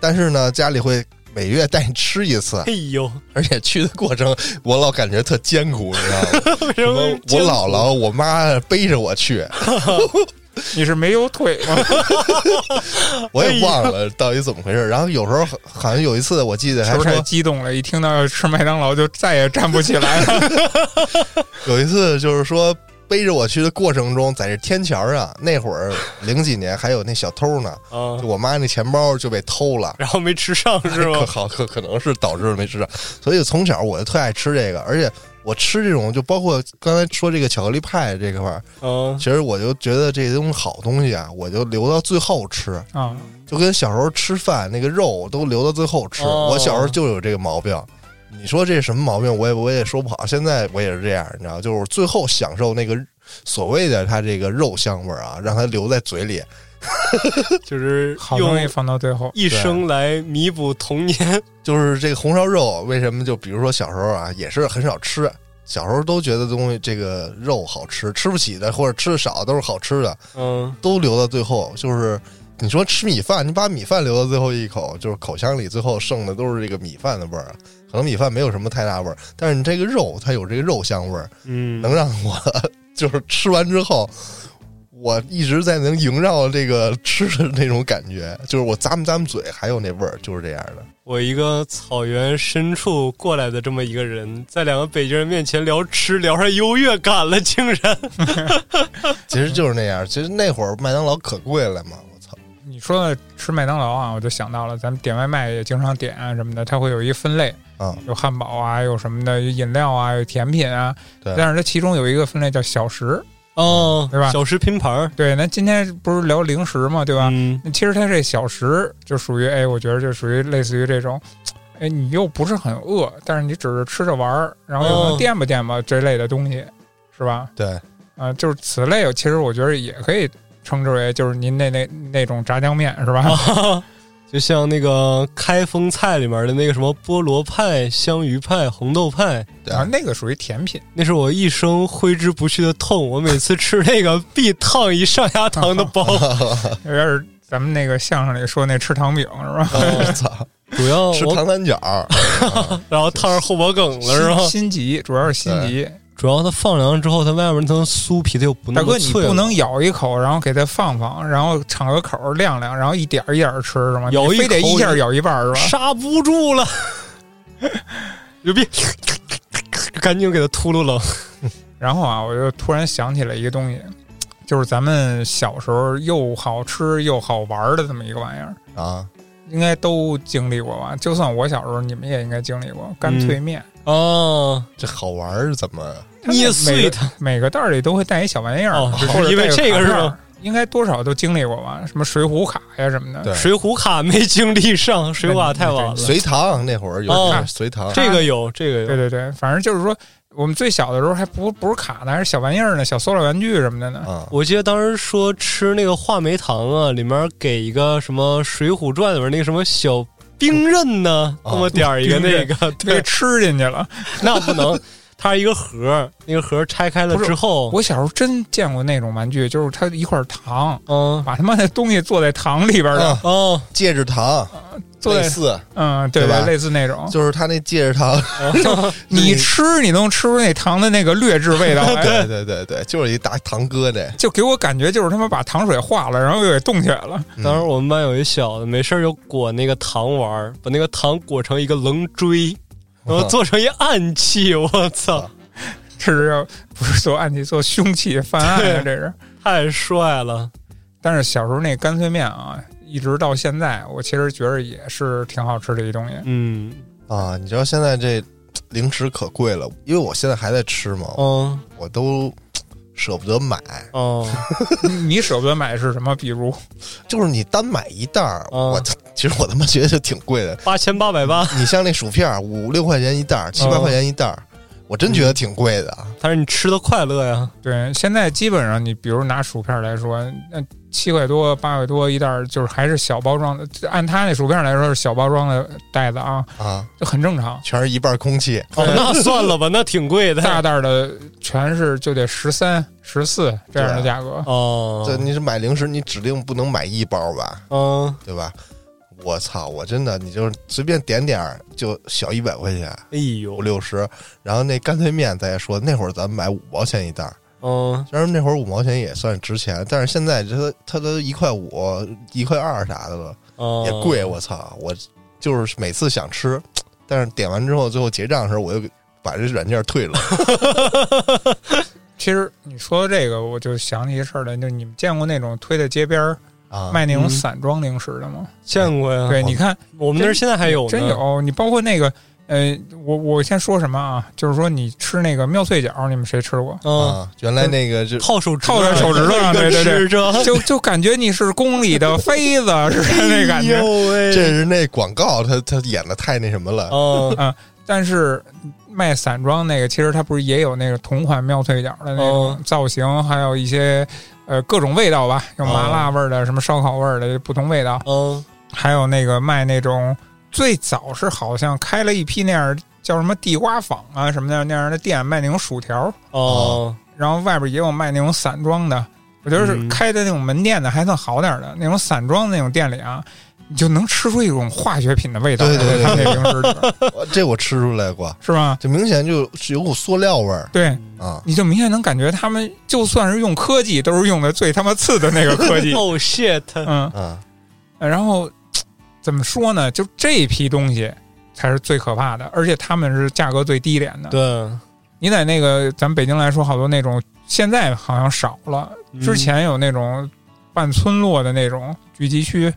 A: 但是呢，家里会每月带你吃一次，
B: 哎呦，
A: 而且去的过程我老感觉特艰苦，你知 道吗？
B: 为什
A: 什么
B: 么
A: 我姥姥、我妈背着我去，
C: 你是没有腿吗？
A: 我也忘了到底怎么回事。然后有时候好好像有一次，我记得 还
C: 是不是太
A: 说
C: 激动了？一听到吃麦当劳就再也站不起来了。
A: 有一次就是说。背着我去的过程中，在这天桥上，那会儿零几年还有那小偷呢，
B: 啊
A: 就？我妈那钱包就被偷了，
B: 然后没吃上是
A: 哎可
B: 吗？
A: 好可可能是导致没吃上，所以从小我就特爱吃这个，而且我吃这种就包括刚才说这个巧克力派这块儿，
B: 嗯
A: 其实我就觉得这些东西好东西啊，我就留到最后吃，
C: 啊，
A: 就跟小时候吃饭那个肉都留到最后吃，
B: 哦
A: 我小时候就有这个毛病。你说这是什么毛病？我也我也说不好。现在我也是这样，你知道，就是我最后享受那个所谓的它这个肉香味儿啊，让它留在嘴里。
B: 就是
C: 好
B: 用
C: 东西放到最后，
B: 一生来弥补童年。
A: 就是这个红烧肉，为什么就比如说小时候啊，也是很少吃，小时候都觉得东西这个肉好吃，吃不起的或者吃的少都是好吃的，
B: 嗯，
A: 都留到最后。就是你说吃米饭，你把米饭留到最后一口，就是口腔里最后剩的都是这个米饭的味儿。可能米饭没有什么太大味儿，但是你这个肉它有这个肉香味儿，
B: 嗯，
A: 能让我就是吃完之后，我一直在能萦绕这个吃的那种感觉，就是我咂吧咂吧嘴还有那味儿，就是这样的。
B: 我一个草原深处过来的这么一个人，在两个北京人面前聊吃，聊上优越感了，竟然。
A: 其实就是那 样。其实那会儿麦当劳可贵了嘛，我操！
C: 你说的吃麦当劳啊，我就想到了，咱们点外卖也经常点啊什么的，它会有一分类，
A: 啊、
C: 有汉堡啊，有什么的，有饮料啊，有甜品啊。
A: 对
C: 但是它其中有一个分类叫小食，
B: 哦，
C: 对吧
B: 小吃拼盘儿，
C: 对，那今天不是聊零食嘛，对吧？
B: 嗯
C: 那其实它这小食就属于，哎，我觉得就属于类似于这种，哎，你又不是很饿，但是你只是吃着玩儿，然后又
B: 哦
C: 能垫吧垫吧这类的东西，是吧？
A: 对，
C: 啊、就是此类，其实我觉得也可以称之为就是您那那那种炸酱面，是吧？
B: 啊， 就像那个开封菜里面的那个什么菠萝派、香芋派、红豆派，
A: 对
C: 啊，那个属于甜品。
B: 那是我一生挥之不去的痛。我每次吃那个必烫一上牙膛 的包，啊
C: 有点儿咱们那个相声里说那吃糖饼是吧？
A: 我 操，
B: 主要
A: 吃
B: 哦我
A: 糖三角儿，
B: 然后烫上后脖梗了是吧？
C: 心心急，主要是心急。
B: 主要它放凉之后，它外面那层酥皮它又不那
C: 大
B: 么
C: 哥，
B: 脆
C: 你
B: 了，
C: 不能咬一口，然后给它放放，然后敞个口儿晾晾，然后一点儿一点儿吃是吗？
B: 咬
C: 你
B: 一
C: 非得
B: 口
C: 一下
B: 你
C: 咬一半儿是吧？
B: 刹不住了， 牛逼！赶紧给它秃噜了。
C: 然后啊，我就突然想起来一个东西，就是咱们小时候又好吃又好玩儿的这么一个玩意儿，
A: 啊，
C: 应该都经历过吧？就算我小时候，你们也应该经历过干脆面。
B: 嗯哦，
A: 这好玩儿是怎么？
C: 它
B: 捏
C: 每
B: 碎它，
C: 每个袋儿里都会带一小玩意儿，
B: 哦
C: 或者
B: 因为
C: 带
B: 这个是
C: 卡片儿
B: 吗
C: 应该多少都经历过吧？什么水浒卡呀什么的。
A: 对
B: 水浒卡没经历上，水浒卡太晚了。
A: 隋唐那会儿有
B: 哦
A: 隋唐，
B: 这个有，这个
C: 对
B: 有。
C: 对对，反正就是说，我们最小的时候还不不是卡呢，还是小玩意儿呢，小塑料玩具什么的呢。
A: 啊，
B: 我记得当时说吃那个话梅糖啊，里面给一个什么《水浒传》里面那个什么小兵刃呢，
A: 哦
B: 那么点儿一个
C: 冰
B: 那
C: 刃
B: 个，
C: 被
B: 对，
C: 吃进去了。
B: 那不能。它是一个盒儿，那个盒儿拆开了
C: 不是
B: 之后，
A: 哦
C: 我小时候真见过那种玩具，就是它一块糖，
B: 嗯，
C: 把他妈那东西做在糖里边的，
A: 啊
B: 哦，
A: 戒指糖
C: 做
A: 类
C: 在
A: 似，
C: 嗯，对
A: 对吧
C: 类似那
B: 哦
C: 种。
A: 就是他那戒指 糖，
C: 你吃你能吃出那糖的那个劣质 味道来，
A: 对对对对，就是一大堂哥那，
C: 就给我感觉就是他妈把糖水化了，然后又给冻起来了。
A: 嗯
B: 当时我们班有一小子，没事儿就裹那个糖丸儿，把那个糖裹成一个棱锥，然后做成一暗器。我
A: 啊
B: 操，
C: 这是要不是做暗器，做凶器犯案啊，这是。
B: 太帅了！
C: 但是小时候那干脆面啊，一直到现在，我其实觉得也是挺好吃的一东西。
B: 嗯
A: 啊，你知道现在这零食可贵了，因为我现在还在吃嘛，
C: 哦
B: 嗯
A: 我都舍不得买，
B: 哦，
C: 你舍不得买是什么？比如
A: 就是你单买一袋儿，
B: 嗯
A: 我其实我他妈觉得就挺贵的，
B: 八千八百八，
A: 你像那薯片儿五六块钱一袋儿，七八块钱一袋儿，我真觉得挺贵的啊。
B: 但是你吃的快乐呀。
C: 对，现在基本上你比如拿薯片来说，那七块多、八块多一袋儿，就是还是小包装的。按他那薯片来说是小包装的袋子啊，
A: 啊，
C: 就很正常。
A: 全是一半空气，
B: 哦， 那算了吧，那挺贵
C: 大
B: 的。
C: 袋儿的全是就得十三、十四这样的价格。
B: 啊哦，
A: 这你是买零食，你指定不能买一包吧，
B: 嗯，
A: 对吧？我操，我真的，你就是随便点点儿就小一百块钱，
B: 哎
A: 五
B: 呦，
A: 六十。然后那干脆面，咱也说那会儿咱们买五毛钱一袋儿，
B: 嗯，
A: 虽然那会儿五毛钱也算值钱，但是现在这它它都一块五、一块二啥的了，
B: 哦
A: 也贵。我操，我就是每次想吃，但是点完之后，最后结账的时候，我又给把这软件退了。
C: 其实你说这个，我就想起一事儿来，就你们见过那种推在街边儿
A: 啊，
C: 卖那种
B: 嗯
C: 散装零食的吗？
B: 见过呀。
C: 对，你看
B: 我们那儿现在还有呢。
C: 真有，你包括那个，呃，我我先说什么啊？就是说你吃那个妙脆角，你们谁吃过？
B: 嗯，
A: 啊，原来那个就
B: 套手指，
C: 套在手指头上，对对
B: 吃
C: 对，
B: 着。
C: 就就感觉你是宫里的妃子似的那感
B: 哎
C: 觉。
B: 呦喂，
A: 这是那广告，他他演的太那什么了。
B: 哦
C: 但是卖散装那个，其实它不是也有那个同款妙脆角的那
B: 哦
C: 种造型，还有一些呃各种味道吧，有
B: 哦
C: 麻辣味儿的，什么烧烤味儿的，不同味道，
B: 嗯
C: 还有那个卖那种最早是好像开了一批那样叫什么地瓜坊啊什么的那样的店卖那种薯条，
A: 啊
B: 哦，
C: 然后外边也有卖那种散装的。我觉得是
B: 嗯
C: 开的那种门店的还算好点儿的，那种散装的那种店里啊，你就能吃出一种化学品的味道来，
A: 对对对
C: 他们那零食里边
A: 我这我吃出来过，
C: 是吧？
A: 就明显就是有股塑料味儿
C: 对，
A: 啊。
C: 你就明显能感觉他们就算是用科技，都是用的最他妈次的那个 科技。
B: 哦 shit，
C: 嗯，
A: 啊，
C: 然后呃怎么说呢？就这一批东西才是最可怕的，而且他们是价格最低廉的。
B: 对，
C: 你在那个咱们北京来说，好多那种现在好像少了，之前有那种半村落的那种聚集区，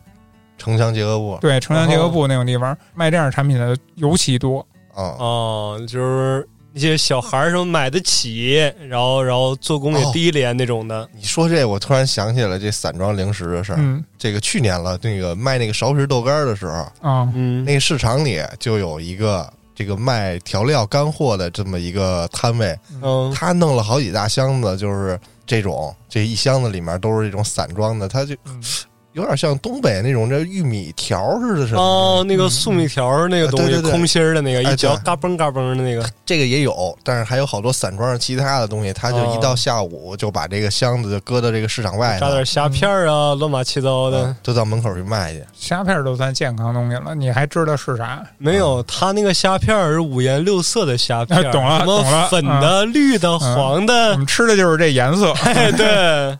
A: 城乡结合部
C: 对城乡结合部那种地方卖这样的产品的尤其多。
A: 啊，
B: 哦，就是那些小孩儿什么买得起，然后然后做工也低廉那种的。
A: 你说这，我突然想起来这散装零食的事儿。
C: 嗯
A: 这个去年了，那个卖那个苕皮豆干儿的时候，
C: 啊
B: 嗯，
A: 那个市场里就有一个这个卖调料干货的这么一个摊位，
B: 嗯
A: 他弄了好几大箱子，就是这种这一箱子里面都是这种散装的，他就
C: 嗯
A: 有点像东北那种这玉米条似的什么。
B: 哦，那个粟米条儿那个东
A: 啊对
B: 西，
A: 对对
B: 空心儿的那个，
A: 哎
B: 一嚼
A: 对
B: 嘎嘣嘎嘣的那个。
A: 这个也有，但是还有好多散装上其他的东西，他就一到下午就把这个箱子就搁到这个市场外头
B: 炸点虾片儿啊，乱码七糟的
A: 啊。就到门口去卖去。
C: 虾片儿都算健康东西了，你还知道是啥？
B: 没有，他那个虾片儿是五颜六色的虾片儿，
C: 啊懂了
B: 什
C: 懂了嗯
B: 么粉的、绿的、黄
C: 我
B: 的，
C: 们吃的就是这颜色。
B: 哎，对。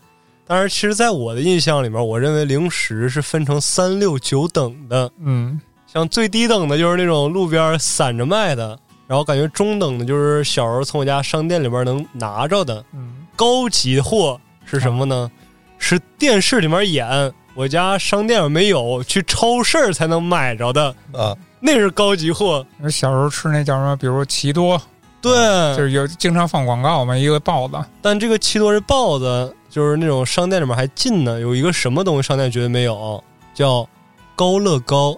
B: 但是，其实，在我的印象里面，我认为零食是分成三六九等的。
C: 嗯，
B: 像最低等的就是那种路边散着卖的，然后感觉中等的就是小时候从我家商店里边能拿着的。
C: 嗯，
B: 高级货是什么呢？是电视里面演，我家商店没有，去超市儿才能买着的，
A: 啊，
B: 那是高级货。
C: 我小时候吃那叫什么，比如奇多，啊就
B: 对，
C: 是有经常放广告嘛，一个豹子，
B: 但这个七多是豹子，就是那种商店里面还进呢。有一个什么东西商店绝对没有，叫高乐高。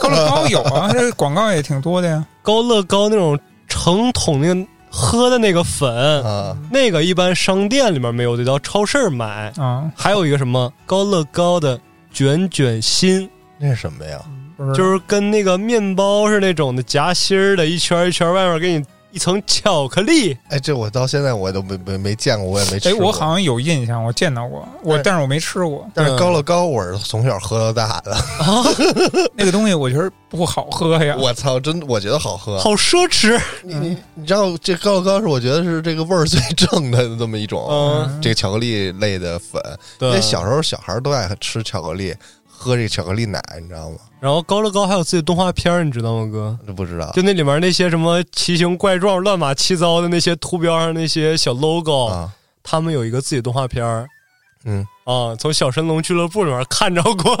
C: 高乐高有啊，这广告也挺多的呀。
B: 高乐高那种成桶那个喝的那个粉，
C: 嗯
A: 啊，
B: 那个一般商店里面没有，得到超市买。
C: 啊，
B: 还有一个什么高乐高的卷卷心，
A: 那是什么呀？
C: 就是
B: 就是跟那个面包是那种的夹心儿的，一圈儿一圈，儿，外面给你一层巧克力。
A: 哎，这我到现在我都没没没见过，我也没吃
C: 哎，
A: 过。
C: 我好像嗯有印象，我见到过，我
A: 哎
C: 但是我没吃过
A: 但是高乐高我是从小喝到大 的，
C: 那个东西，我觉得不好喝呀。
A: 我操，真我觉得好喝。
B: 好奢侈，
A: 你你你知道这高乐高是我觉得是这个味儿最正的这么一种，
B: 嗯，
A: 这个巧克力类的粉。因
B: 对
A: 为，小时候小孩儿都爱吃巧克力，喝这个巧克力奶，你知道吗？
B: 然后高乐高还有自己的动画片儿，你知道吗，哥？
A: 这不知道
B: 就那里面那些什么奇形怪状、乱码七糟的那些图标上那些小 logo，、
A: 啊，
B: 他们有一个自己的动画片儿
A: 嗯，
B: 啊，从小神龙俱乐部里面看着过。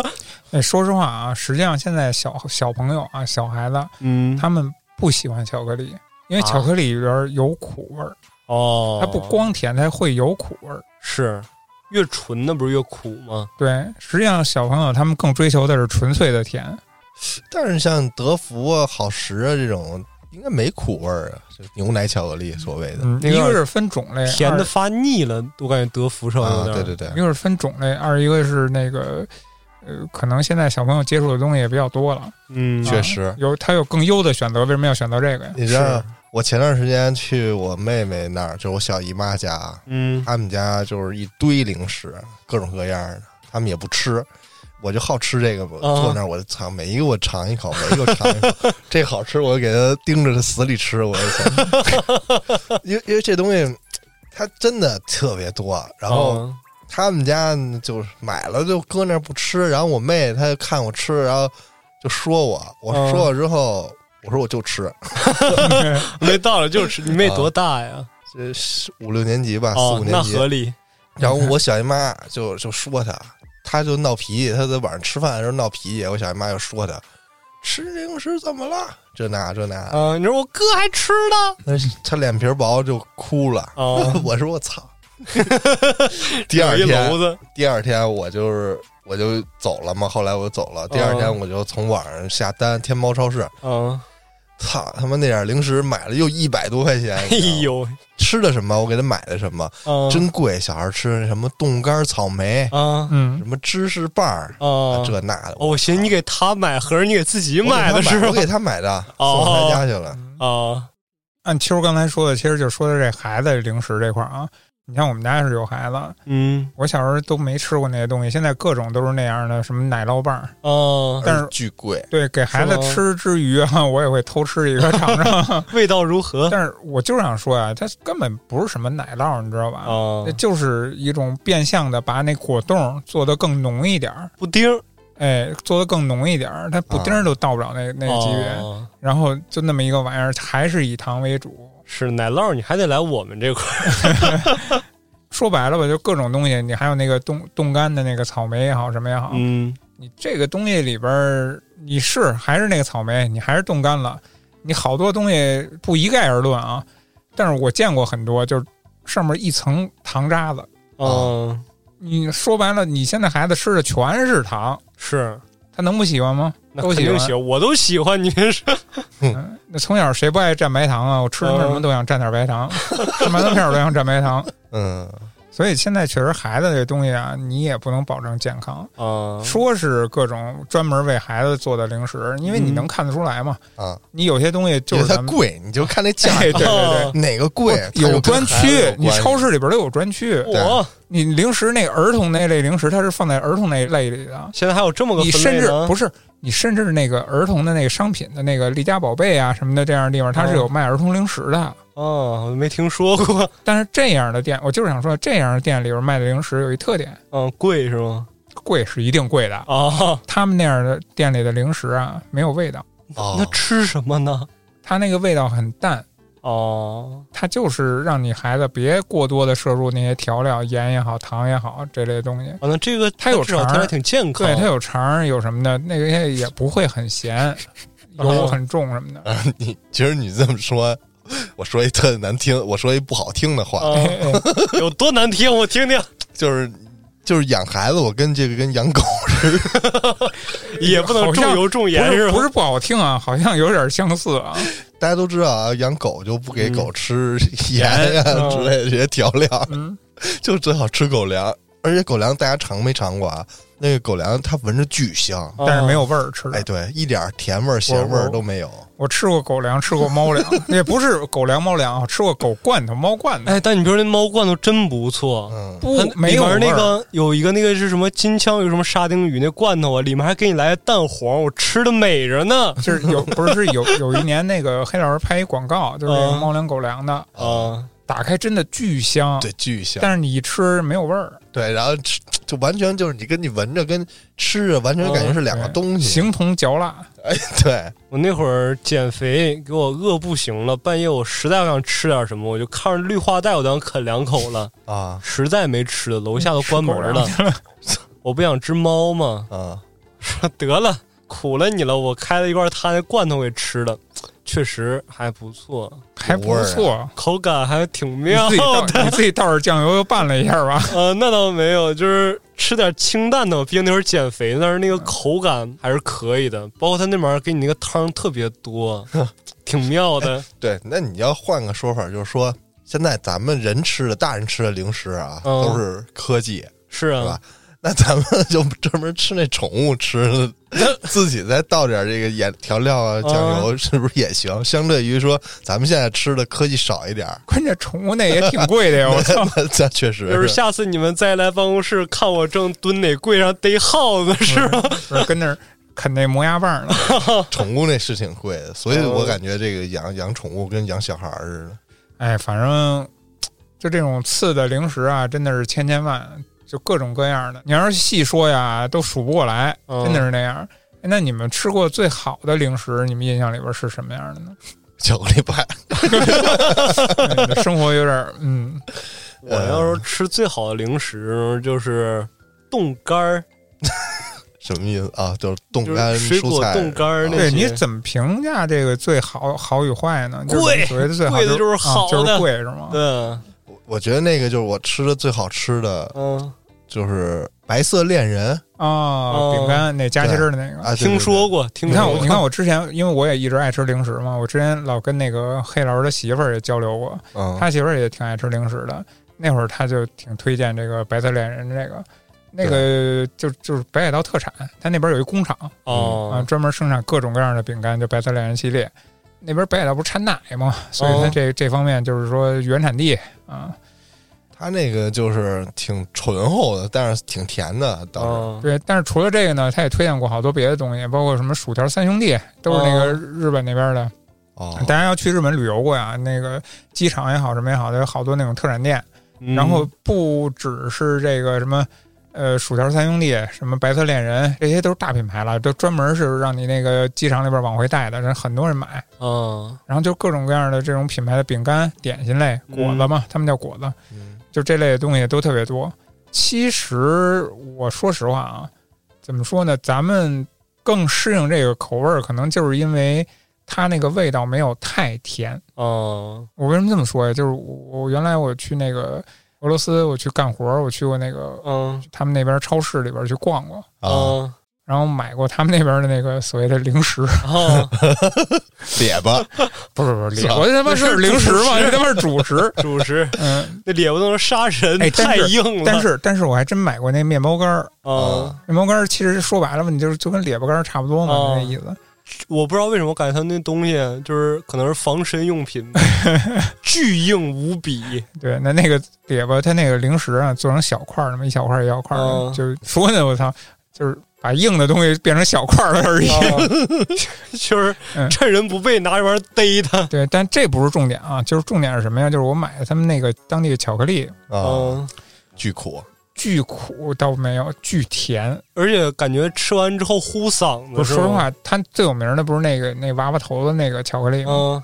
C: 哎，说实话啊，实际上现在小小朋友啊，小孩子
B: 嗯，
C: 他们不喜欢巧克力，因为
B: 啊
C: 巧克力里边有苦味儿，
B: 哦，
C: 它不光甜，它会有苦味儿。
B: 是越纯的不是越苦吗？
C: 对，实际上小朋友他们更追求的是纯粹的甜。
A: 但是像德芙啊、好时啊这种，应该没苦味儿啊，就是牛奶巧克力所谓的。
C: 嗯，
B: 那个
C: 一个是分种类，
B: 甜的
C: 二
B: 发腻了，我感觉德芙稍微嗯有
A: 啊，
B: 点儿、
A: 对对对
C: 一，个是分种类，二一个是那个，呃，可能现在小朋友接触的东西也比较多了，啊
B: 嗯，
A: 确实。
C: 有他有更优的选择，为什么要选择这个呀？
A: 你知道
B: 是，
A: 我前段时间去我妹妹那儿，就是我小姨妈家啊，
B: 嗯，
A: 他们家就是一堆零食，各种各样的，他们也不吃。我就好吃这个，我
B: 啊
A: 坐那儿我就尝，每一个我尝一口，每一个我尝 一口，这好吃我就给他盯着他死里吃，我就操！ 因为因为这东西它真的特别多，然后
B: 哦
A: 他们家就是买了就搁那儿不吃，然后我妹她就看我吃，然后就说我，我
B: 啊
A: 说我之后，我说我就吃，
B: 没道 理，就是你妹多大呀？
A: 这是五六年级吧，啊四
B: 哦
A: 五，年
B: 那
A: 级，
B: 合理。
A: 然后我小姨妈就就说他，他就闹脾气，他在晚上吃饭的时候闹脾气，我小姨妈就说他，吃零食怎么了？这那这那，
B: 啊，你说我哥还吃呢？
A: 那他脸皮薄就哭了。
B: 哦，
A: 我说我 操！第二
B: 有一
A: 天
B: 篓，子，
A: 第二天我就是我就走了嘛，后来我就走了。第二天
B: 哦
A: 我就从网上下单天猫超市，
B: 嗯，
A: 操他妈那点零食买了又一百多块钱，
B: 哎
A: 你知道吗，
B: 呦，
A: 吃的什么我给他买的什么，
B: 啊
A: 真贵。小孩吃什么冻干草莓，
B: 啊
C: 嗯
A: 什，么芝士棒儿，
B: 啊！
A: 这那的。
B: 哦，我寻思你给他买，合着你给自己买的是
A: 我
B: 吧？
A: 给他买 的，
B: 哦
A: 送他家去了。
B: 啊，
C: 嗯按秋儿刚才说的，其实就说的这孩子零食这块儿啊，你像我们家是有孩子，
B: 嗯
C: 我小时候都没吃过那些东西，现在各种都是那样的，什么奶酪棒儿。
B: 啊，
C: 但是
A: 而且巨贵，
C: 对，给孩子
B: 是吗
C: 吃之余啊， 我也会偷吃一个尝 尝。
B: 味道如何？
C: 但是我就是想说啊，它根本不是什么奶酪，你知道吧？
B: 啊
C: 那，就是一种变相的把那果冻做得更浓一点儿，
B: 布丁儿
C: 哎，做得更浓一点儿，它布丁儿都到不了那、那个级别。
B: 哦
C: 然后就那么一个玩意儿，还是以糖为主。
B: 是奶酪，你还得来我们这块儿。
C: 说白了吧，就各种东西，你还有那个冻冻干的那个草莓也好，什么也好，
B: 嗯
C: 你这个东西里边儿，你是还是那个草莓，你还是冻干了，你好多东西不一概而论啊。但是我见过很多，就是上面一层糖渣子，
B: 啊，
C: 你说白了，你现在孩子吃的全是糖，
B: 是，
C: 他能不喜欢吗？
B: 那
C: 都
B: 肯
C: 喜
B: 定
C: 欢。
B: 喜欢，我都喜欢。你是
C: 嗯那从小谁不爱蘸白糖啊？我吃什么什么都想蘸点白糖，吃馒头片儿都想蘸白糖。
A: 嗯，
C: 所以现在确实孩子这东西啊，你也不能保证健康。
A: 嗯
B: 啊，
C: 说是各种专门为孩子做的零食，因为你
B: 嗯
C: 能看得出来嘛。
A: 啊，
C: 你有些东西就
A: 觉
C: 是
A: 得
C: 咱
A: 它
C: 们
A: 贵，你就看那价
C: 哎，
A: 格
C: 对对对
B: 啊，
A: 哪个贵，它
C: 有
A: 就跟孩
C: 专
A: 子
C: 区
A: 哦有，
C: 你
A: 关系
C: 超市里边都有专区。
B: 我
C: 你零食那个儿童那类零食，它是放在儿童那类里的。
B: 现在还有这么个
C: 你
B: 分
C: 甚
B: 类
C: 至
B: 呢
C: 不是，你甚至那个儿童的那个商品的那个丽家宝贝啊什么的这样的地方，它是
B: 哦
C: 有卖儿童零食的。
B: 啊，我都没听说过。
C: 但是这样的店，我就是想说，这样的店里边卖的零食有一特点，
B: 嗯，贵是吗？
C: 贵是一定贵的。
B: 啊，
C: 他们那样的店里的零食啊，没有味道，
A: 哦
B: 那吃什么呢？
C: 它那个味道很淡，
B: 哦，
C: 它就是让你孩子别过多的摄入那些调料，盐也好，糖也好这类东西。
B: 啊，那这个
C: 它有
B: 至少
C: 肠
B: 听
C: 儿
B: 着挺健康。
C: 对，它有肠儿有什么的，那个也也不会很咸，油很重什么的。
A: 啊，你其实你这么说，我说一特难听，我说一不好听的话，
B: 啊， 有多难听？我听听，
A: 就是就是养孩子，我跟这个跟养狗似的，
B: 也不能
C: 好
B: 重
C: 像
B: 油重
C: 不
B: 盐
C: 是
B: 吧？
C: 不是不好听啊，好像有点相似啊。
A: 大家都知道啊，养狗就不给
B: 嗯
A: 狗吃盐哦呀、
B: 嗯
A: 之类的这些调料，
C: 嗯，
A: 就只好吃狗粮。而且狗粮大家尝没尝过啊？那个狗粮它闻着巨香，
B: 啊
C: 但是没有味儿吃的。
A: 哎，对，一点甜味儿、咸味儿都没有。
C: 我吃过狗粮，吃过猫粮，也不是狗粮猫粮啊，吃过狗罐头、猫罐头，
B: 哎，但你别说那猫罐头真不错，
A: 嗯，
C: 不
B: 它
C: 没有
B: 里面那
C: 味儿
B: 个哦有一个那个是什么金枪鱼什么沙丁鱼那罐头啊，里面还给你来蛋黄，我吃的美着呢。
C: 就是有不是是有有一年那个黑老师拍一广告，就是那个
B: 嗯
C: 猫粮狗粮的，
B: 啊，
C: 打开真的巨香，
A: 对，巨香。
C: 但是你一吃没有味儿，
A: 对，然后吃就完全就是你跟你闻着跟吃着完全感觉是两个
B: 嗯
C: 对
A: 东西。
C: 形同嚼蜡。
A: 哎，对，
B: 我那会儿减肥，给我饿不行了，半夜我实在想吃点什么，我就看着绿化带，我都想啃两口了，
A: 啊
B: 实在没吃的，楼下都关门
C: 吃狗
B: 了
C: 粮，
B: 我不想吃猫 嘛，
A: 啊，
B: 说得了，苦了你了，我开了一罐他那罐头给吃了，确实还不错，
C: 还
A: 有
C: 不
A: 味儿啊
C: 错。
B: 口感还挺
C: 你
B: 妙
C: 自己倒
B: 的。
C: 你自己倒点酱油又拌了一下吧。
B: 呃，那倒没有，就是吃点清淡的，毕竟那会儿减肥，但是那个口感还是可以的。包括他那玩意儿给你那个汤特别 多，挺妙
C: 哎
B: 的。
A: 对，那你要换个说法，就是说，现在咱们人吃的、大人吃的零食啊，
B: 嗯
A: 都是科技，
B: 是
A: 是
B: 啊
A: 吧，？那咱们 就专门吃那宠物吃的，自己再倒点这个盐调料啊、酱
B: 嗯
A: 油，是不是也行？相对于说咱们现在吃的科技少一点儿，
C: 关键宠物那也挺贵的呀，我操！
A: 那这确实
B: 就是下次你们再来办公室看我正蹲哪柜上逮耗子 是吧？
C: 是跟那儿啃那磨牙棒呢。
A: 宠物那是挺贵的，所以
B: 嗯
A: 我感觉这个养养宠物跟养小孩儿似的。
C: 哎，反正就这种次的零食啊，真的是千千万，就各种各样的。你要是细说呀，都数不过来，
B: 嗯
C: 真的是那样。哎那你们吃过最好的零食，你们印象里边是什么样的呢？
A: 巧克力派，
C: 哎你的生活有点儿，嗯，
B: 我要说吃最好的零食就是冻干儿，
A: 什么意思啊？就是冻
B: 就
A: 干
B: 是水
A: 蔬
B: 果
A: 菜，啊
B: 冻干儿 那
C: 对，你
B: 些。
C: 怎么评价这个最好好与坏呢？就是
B: 贵
C: 你所谓的最好
B: 贵的就是
C: 是
B: 好
C: 啊，就
B: 的
C: 是贵是吗？
B: 对，
A: 我觉得那个就是我吃的最好吃的，
B: 嗯，
A: 就是白色恋人
B: 哦
C: 啊，饼干那夹心儿的那个。
A: 啊，对
B: 听说过，听
C: 你看
B: 说
C: 我，你
B: 过。
C: 看我之前，因为我也一直爱吃零食嘛，我之前老跟那个黑老师的媳妇儿也交流过，
A: 对对嗯，
C: 他媳妇儿也挺爱吃零食的。那会儿他就挺推荐这个白色恋人这个，那个就就是北海道特产，他那边有一工厂啊，
A: 嗯
B: 哦，
C: 专门生产各种各样的饼干，就白色恋人系列。那边北海道不是产奶嘛，所以他
A: 哦
C: 这这方面就是说原产地啊，
A: 他那个就是挺醇厚的，但是挺甜的，倒是、
B: 哦，
C: 对，但是除了这个呢，他也推荐过好多别的东西，包括什么薯条三兄弟，都是那个日本那边的。
A: 哦，
C: 大家要去日本旅游过呀，那个机场也好，什么也好，它有好多那种特产店。
B: 嗯
C: 然后不只是这个什么，呃，薯条三兄弟、什么白色恋人，这些都是大品牌了，都专门是让你那个机场里边往回带的，人很多人买。
B: 啊，
C: 然后就各种各样的这种品牌的饼干、点心类、果子嘛，他们叫果子，
A: 嗯
C: 就这类的东西都特别多。其实我说实话啊，怎么说呢？咱们更适应这个口味儿，可能就是因为它那个味道没有太甜。
B: 哦，
C: 我为什么这么说呀？就是我我原来我去那个俄罗斯，我去干活儿，我去过那个
B: 嗯，
C: 他们那边超市里边去逛过，
A: 啊，
B: 哦，
C: 然后买过他们那边的那个所谓的零食，
B: 哦，
A: 瘪 巴，
C: 不是不是，
A: 是吧
C: 我这他妈是
B: 是
C: 零食嘛，
B: 主食
C: 这他妈是主 食。
B: 主食
C: 嗯，
B: 那脸不能杀人
C: 哎，但
B: 太
C: 是
B: 硬了。
C: 但是但是我还真买过那面包干儿，
B: 啊，
C: 面包干儿其实说白了嘛，你就是就跟列巴干儿差不多嘛，
B: 哦
C: 那意思。
B: 我不知道为什么感觉他那东西就是可能是防身用品， 巨硬无比。
C: 对，那那个列巴它那个零食啊，做成小块儿，那么一小块儿一小块儿的，
B: 哦
C: 就是说呢，我操，就是把硬的东西变成小块儿了而已。
B: 啊 就是
C: 嗯啊
B: 趁人不备拿这玩意儿逮他。
C: 对，但这不是重点啊，就是重点是什么呀？就是我买的他们那个当地的巧克力，
A: 啊，
B: 嗯，
A: 巨苦，
C: 巨苦倒没有，巨甜。
B: 而且感觉吃完之后呼嗓子。
C: 不是，
B: 是
C: 说实
B: 吗，
C: 话，它最有名的不是那个那娃娃头的那个巧克力吗？
B: 嗯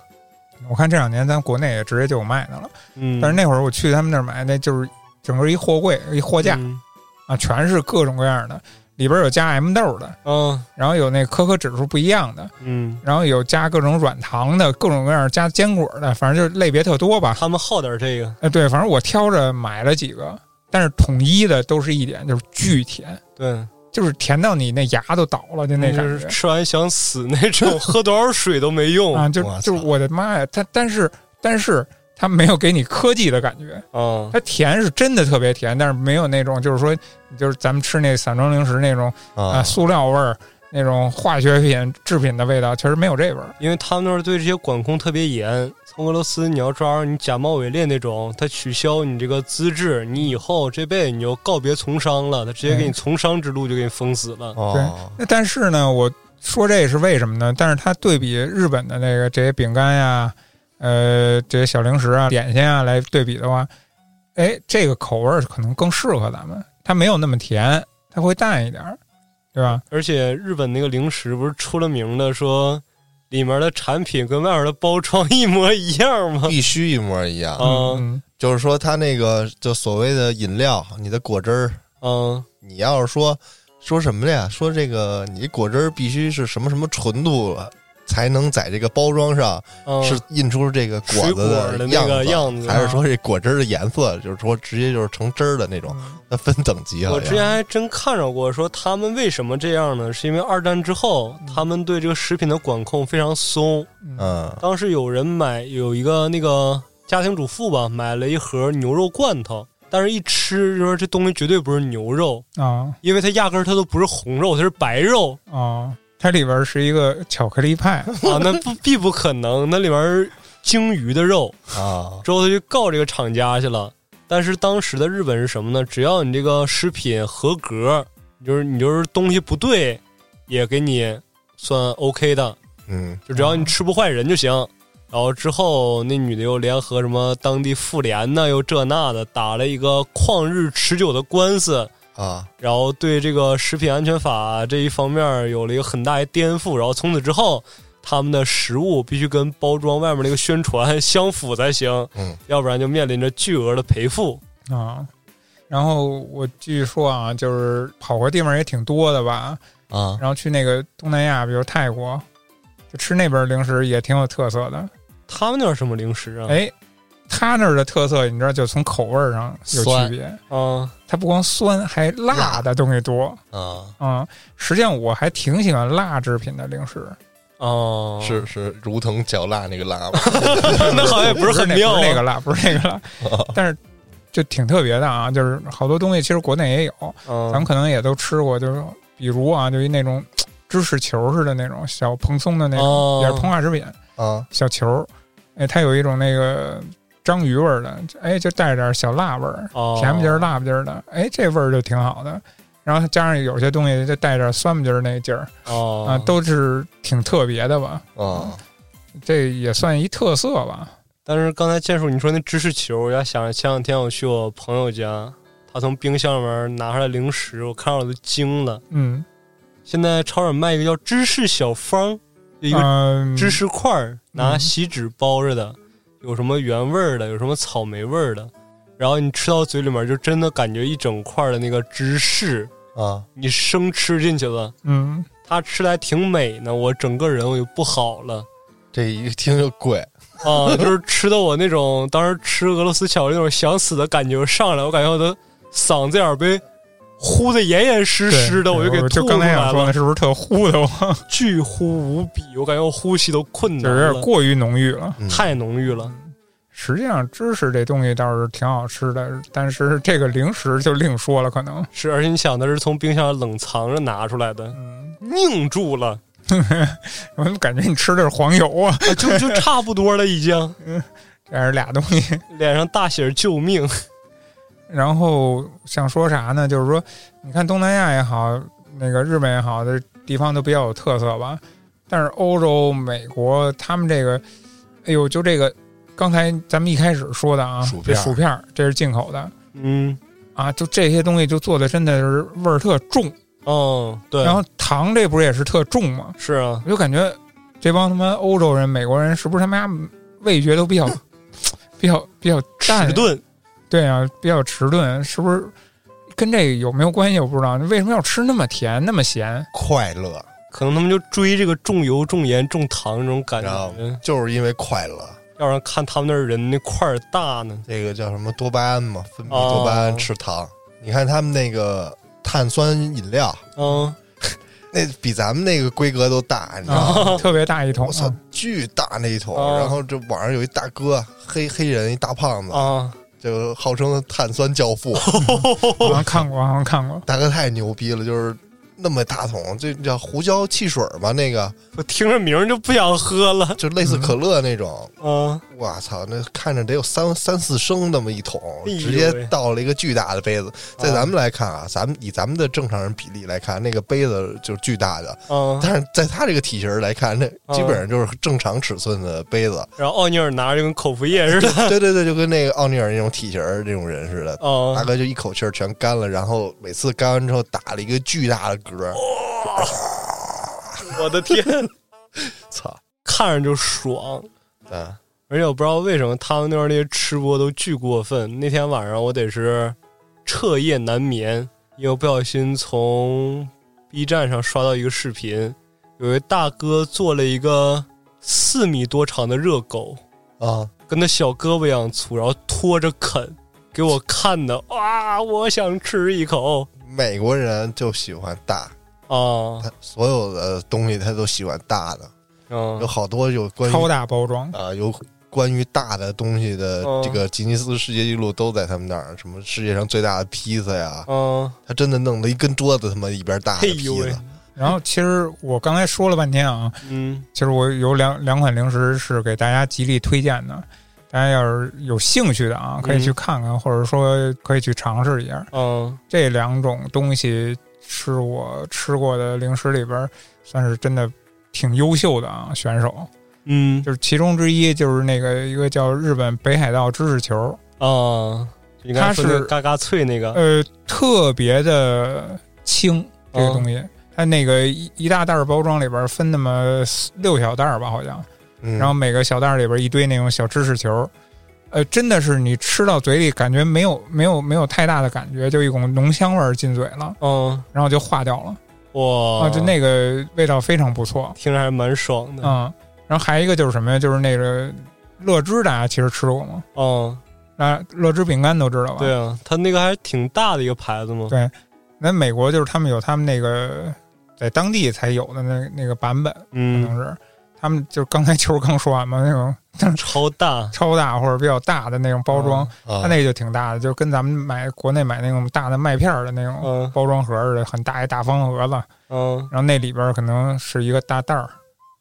C: 我看这两年咱国内也直接就有卖的了。
B: 嗯，
C: 但是那会儿我去他们那儿买，那就是整个一货柜、一货架
B: 嗯
C: 啊，全是各种各样的，里边有加 M 豆的，
B: 嗯
C: 然后有那可可指数不一样的，
B: 嗯，
C: 然后有加各种软糖的，各种各样加坚果的，反正就是类别特多吧。
B: 他们好点儿这个，
C: 哎，对，反正我挑着买了几个，但是统一的都是一点，就是巨甜，
B: 对，
C: 就是甜到你那牙都倒了就那
A: 嗯
C: 感
B: 就是
C: 觉。
B: 吃完想死那 种，喝多少水都没用
C: 啊，就
A: 我操
C: 就是我的妈呀！它但是但是它没有给你科技的感觉，
B: 啊
C: 它甜是真的特别甜，但是没有那种就是说就是咱们吃那散装零食那种啊、
A: 啊
C: 塑料味儿、那种化学品制品的味道，确实没有这味儿。
B: 因为他们那儿对这些管控特别严。从俄罗斯，你要抓着你假冒伪劣那种，他取消你这个资质，你以后这辈子你就告别从商了，他直
C: 嗯
B: 接给你从商之路就给你封死了。
A: 哦，
C: 那但是呢，我说这是为什么呢？但是它对比日本的那个这些饼干呀、呃这些小零食啊、点心啊来对比的话，哎，这个口味儿可能更适合咱们，它没有那么甜，它会淡一点儿，对吧？
B: 而且日本那个零食不是出了名的说，里面的产品跟外面的包装一模一样 吗？
A: 必须一模一样。
B: 啊
C: 嗯，
A: 就是说，他那个就所谓的饮料，你的果汁儿，
B: 嗯
A: 你要是说说什么了呀？说这个你果汁儿必须是什么什么纯度了，才能在这个包装上
B: 嗯，
A: 是印出这个果
B: 水果
A: 子
B: 的那
A: 样
B: 个
A: 子，
B: 样子。啊
A: 还是说这果汁儿的颜色，就是说直接就是成汁儿的那种？
C: 嗯
A: 它分等级啊好
B: 我
A: 像
B: 之前还真看着过，说他们为什么这样呢？是因为二战之后，他们对这个食品的管控非常松。
A: 嗯
B: 当时有人买有一个那个家庭主妇吧，买了一盒牛肉罐头，但是一吃就说这东西绝对不是牛肉，
C: 啊
B: 因为它压根儿它都不是红肉，它是白肉
C: 啊，它里边儿是一个巧克力派，
B: 啊，那不必不可能，那里面是鲸鱼的肉。
A: 啊
B: 之后他就告这个厂家去了。但是当时的日本是什么呢？只要你这个食品合格，就是你就是东西不对，也给你算 OK 的，
A: 嗯
B: 就只要你吃不坏人就行。然后之后那女的又联合什么当地妇联呢，又这那的打了一个旷日持久的官司，
A: 啊
B: 然后对这个食品安全法这一方面有了一个很大的颠覆。然后从此之后，他们的食物必须跟包装外面那个宣传相符才行。
A: 嗯
B: 要不然就面临着巨额的赔付。
C: 啊。然后我继续说啊，就是跑过地方也挺多的吧，
B: 嗯
A: 啊
C: 然后去那个东南亚，比如泰国，就吃那边儿零食也挺有特色的。
B: 他们那儿什么零食啊？
C: 哎，他那儿的特色，你知道，就从口味儿上有
A: 酸
C: 区别。
B: 啊
C: 它不光酸，还辣的东西多。
A: 啊，
C: 嗯，实际上我还挺喜欢辣制品的零食，
B: 哦，
A: 是是如藤嚼蜡那个蜡吗？
B: 那好像 也不是很
C: 那
B: 妙
C: 不
B: 啊
C: 是那个辣，不是那 个辣，但是就挺特别的啊。就是好多东西其实国内也有，
B: 嗯
C: 咱们可能也都吃过，就是比如啊，就一那种嘖芝士球似的那种小蓬松的那种，
B: 哦
C: 也是膨化食品
A: 啊，
C: 小球，哎，它有一种那个章鱼味儿的，哎，就带着点小辣味儿，
B: 哦
C: 甜不劲儿、辣不劲儿的，哎，这味儿就挺好的。然后加上有些东西就带着酸不劲儿那劲儿
B: 哦
C: 啊，都是挺特别的吧，
A: 啊，
C: 这也算一特色吧。
B: 但是刚才建叔你说那芝士球，我要想前两天我去我朋友家，他从冰箱里面拿出来零食，我看着我都惊了。
C: 嗯，
B: 现在超市卖一个叫芝士小方，一个
C: 嗯
B: 芝士块儿，拿锡纸包着的，有什么原味儿的，有什么草莓味儿的，然后你吃到嘴里面就真的感觉一整块儿的那个芝士，
A: 啊，
B: 你生吃进去了，
C: 嗯，
B: 它吃的还挺美呢，我整个人我就不好了。
A: 这一听就贵，
B: 啊，就是吃的我那种当时吃俄罗斯巧克力那种想死的感觉上来，我感觉我的嗓子眼儿被呼的严严实
C: 对
B: 实的，我就给
C: 就
B: 吐
C: 刚
B: 出
C: 才
B: 来
C: 想说
B: 了，
C: 呢，是不是特糊的我？
B: 巨呼无比，我感觉我呼吸都困
C: 就
B: 难
C: 是有
B: 了，
C: 点过于浓郁了。
A: 嗯
B: 太浓郁了。
C: 实际上，芝士这东西倒是挺好吃的，但是这个零食就另说了，可能。
B: 是，而且你想，它是从冰箱冷藏着拿出来的，
C: 嗯，
B: 凝住了，
C: 我怎么感觉你吃的是黄油啊？
B: 啊就就差不多了，已经
C: 这是俩东西。
B: 脸上大写儿救命。
C: 然后想说啥呢？就是说，你看东南亚也好，那个日本也好，这地方都比较有特色吧。但是欧洲、美国他们这个，哎呦，就这个，刚才咱们一开始说的啊，
A: 薯
C: 这
A: 片儿
C: 薯片儿，这是进口的。
B: 嗯，
C: 啊，就这些东西就做的真的是味儿特重，
B: 哦，对
C: 然，后糖这不是也是特重吗？
B: 是啊，
C: 我就感觉这帮他妈欧洲人、美国人是不是他们家味觉都比较 比较比较淡啊
B: 迟？钝，
C: 对啊，比较迟钝，是不是跟这个有没有关系？我不知道，为什么要吃那么甜那 么咸？
A: 快乐
B: 可能他们就追这个重油、重盐、重糖这种感
A: 然后
B: 觉。
A: 就是因为快乐，
B: 要让看他们那儿人那块儿大呢。
A: 这个叫什么多巴胺嘛，分泌多巴胺
B: 哦
A: 吃糖，你看他们那个碳酸饮料，
B: 嗯，
A: 那比咱们那个规格都大，你知道吗？
C: 啊，特别大一桶
A: 哦我，操
C: 啊，
A: 巨大那一桶，
B: 啊
A: 然后这网上有一大哥，黑黑人一大胖子，
B: 啊，
A: 就号称碳酸教父，
C: 好像看过，好像看过。
A: 大哥太牛逼了，就是那么大桶，这叫胡椒汽水吧？那个
B: 我听着名儿就不想喝了。
A: 就类似可乐那种。
B: 啊，
A: 我操，那看着得有三三四升那么一桶，
B: 哎呦啊
A: 直接倒了一个巨大的杯子。在咱们来看啊，咱们以咱们的正常人比例来看，那个杯子就是巨大的，
B: 啊，
A: 但是在他这个体型来看，那
B: 啊
A: 基本上就是正常尺寸的杯 子。
B: 然后奥尼尔拿着就跟口服液似的。
A: 对对对，就跟那个奥尼尔那种体型儿那种人似的，大
B: 啊，
A: 哥就一口气儿全干了，然后每次干完之后打了一个巨大的嗝，
B: 我的天，
A: 操，
B: 看着就爽。
A: 啊
B: 而且我不知道为什么他们那边那些吃播都巨过分。那天晚上我得是彻夜难眠，因为不小心从 B 站上刷到一个视频，有一个大哥做了一个四米多长的热狗，
A: 啊！
B: 跟他小胳膊一样粗，然后拖着啃，给我看的啊！我想吃一口
A: 美国人就喜欢大，
B: 啊
A: 他所有的东西他都喜欢大的，
B: 嗯
A: 有好多有关于
C: 超大包装，
A: 啊、有关于大的东西的
B: 嗯
A: 这个吉尼斯世界纪录都在他们那儿，什么世界上最大的披萨呀，
B: 嗯，
A: 他真的弄了一跟桌子他妈一边大的
C: 哎
B: 嘿
A: 披
B: 呦喂
A: 萨，，
C: 然后其实我刚才说了半天啊，
B: 嗯
C: 其实我有两两款零食是给大家极力推荐的，大家要是有兴趣的
A: 嗯
C: 啊，可以去看看，或者说可以去尝试一下。
B: 嗯
C: 这两种东西是我吃过的零食里边儿，算是真的挺优秀的啊，选手。
B: 嗯
C: 就是其中之一就是那个一个叫日本北海道芝士球，
B: 啊，你刚才说那个嘎嘎脆那个，
C: 呃，特别的轻这个
B: 哦
C: 东西。它那个一一大袋儿包装里边儿分那么四六小袋儿吧，好像，
A: 嗯，
C: 然后每个小袋儿里边一堆那种小芝士球，呃，真的是你吃到嘴里感觉没有没有没有太大的感觉，就一股浓香味儿进嘴了，
B: 嗯
C: 然后就化掉了
B: 哇，
C: 啊，
B: 哦
C: 就那嗯个味道非常不错
B: 听着还蛮爽的
C: 啊。然后还有一个就是什么呀？就是那个乐之大家其实吃过吗？
B: 哦，
C: 那乐之饼干都知道吧？
B: 对啊，它那个还挺大的一个牌子嘛。
C: 对那美国就是他们有他们那个在当地才有的那那个版本，可能
B: 嗯，
C: 是、他们就是刚才球刚说完嘛，那种
B: 超大
C: 超大或者比较大的那种包装，，
A: 啊
C: 它那个就挺大的，就跟咱们买国内买那种大的麦片儿的那
A: 哦
C: 种
B: 嗯
C: 包装盒似的，很大一大方盒子，
B: 嗯
C: 然后那里边儿可能是一个大袋儿。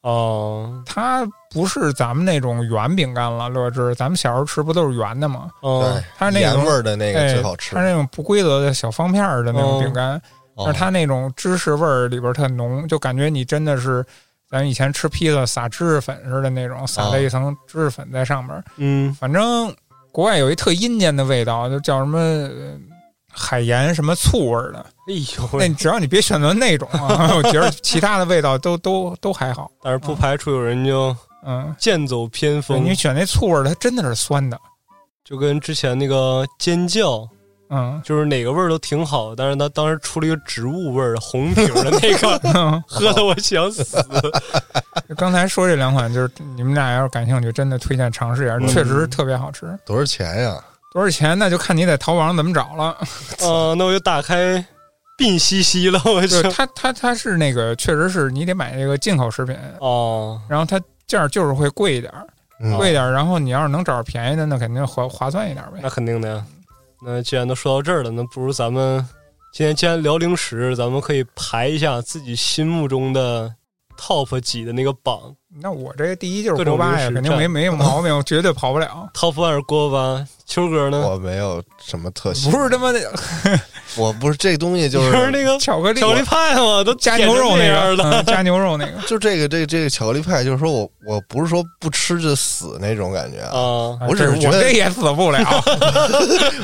B: 哦
C: 它不是咱们那种圆饼干了，乐之，咱们小时候吃不都是圆的吗？
B: 哦
A: 对，
C: 它那
A: 盐
C: 种
A: 味儿的那个
C: 哎
A: 最好吃
C: 它。是那种不规则的小方片儿的那种
B: 哦
C: 饼干，
A: 哦
C: 但是它那种芝士味儿里边儿特浓，就感觉你真的是咱以前吃披萨撒芝士粉似的那种，撒了一层芝士粉在上面儿。
B: 嗯
C: 反正国外有一特阴间的味道，就叫什么。呃海盐什么醋味儿的，
B: 哎呦
C: 那
B: 喂，
C: 你只要你别选择那种啊，我觉得其他的味道都都都还好。
B: 但是不排除有人就
C: 嗯，
B: 剑走偏
C: 对
B: 锋
C: 你，选那醋味儿的，它真的是酸的。
B: 就跟之前那个尖叫，
C: 嗯，
B: 就是哪个味儿都挺好，但是他当时出了一个植物味儿的红瓶儿的那 个，喝的我想死。
C: 刚才说这两款，就是你们俩要是感兴趣，真的推荐尝试一下，
B: 嗯
C: 确实特别好吃。
A: 多少钱呀？
C: 多少钱？那就看你在淘宝上怎么找了。
B: 啊，那我就打开病兮兮了，我
C: 就是
B: 就
C: 它它它是那个，确实是你得买那个进口食品，
B: 哦，
C: 然后它价就是会贵一点儿，
A: 嗯
C: 贵一点儿。然后你要是能找着便宜的，那肯定划划算一点呗
B: 那。肯定的呀。那既然都说到这儿了，那不如咱们今天既然聊零食，咱们可以排一下自己心目中的 top 几的那个榜
C: 那我这个第一就
B: 各
C: 是
B: 种
C: 锅巴呀，
B: 零食
C: 肯定没
B: 蘸
C: 没有毛病，我绝对跑不了。
B: ，top one 是锅巴，秋哥呢？
A: 我没有什么特喜
C: 不
A: 欢，
C: 是他妈的
A: 我不是这东西就
B: 就是那个
C: 巧克力
B: 巧克力派嘛，都
C: 加牛肉
B: 那
C: 那
B: 样
C: 个，
B: 了。
C: 嗯加牛肉那个，
A: 就这个这个、这个巧克力派，就是说我我不是说不吃就死那种感觉啊，
B: 啊，
A: 我只是
C: 啊
A: 觉
C: 我
A: 得
C: 这也死不了。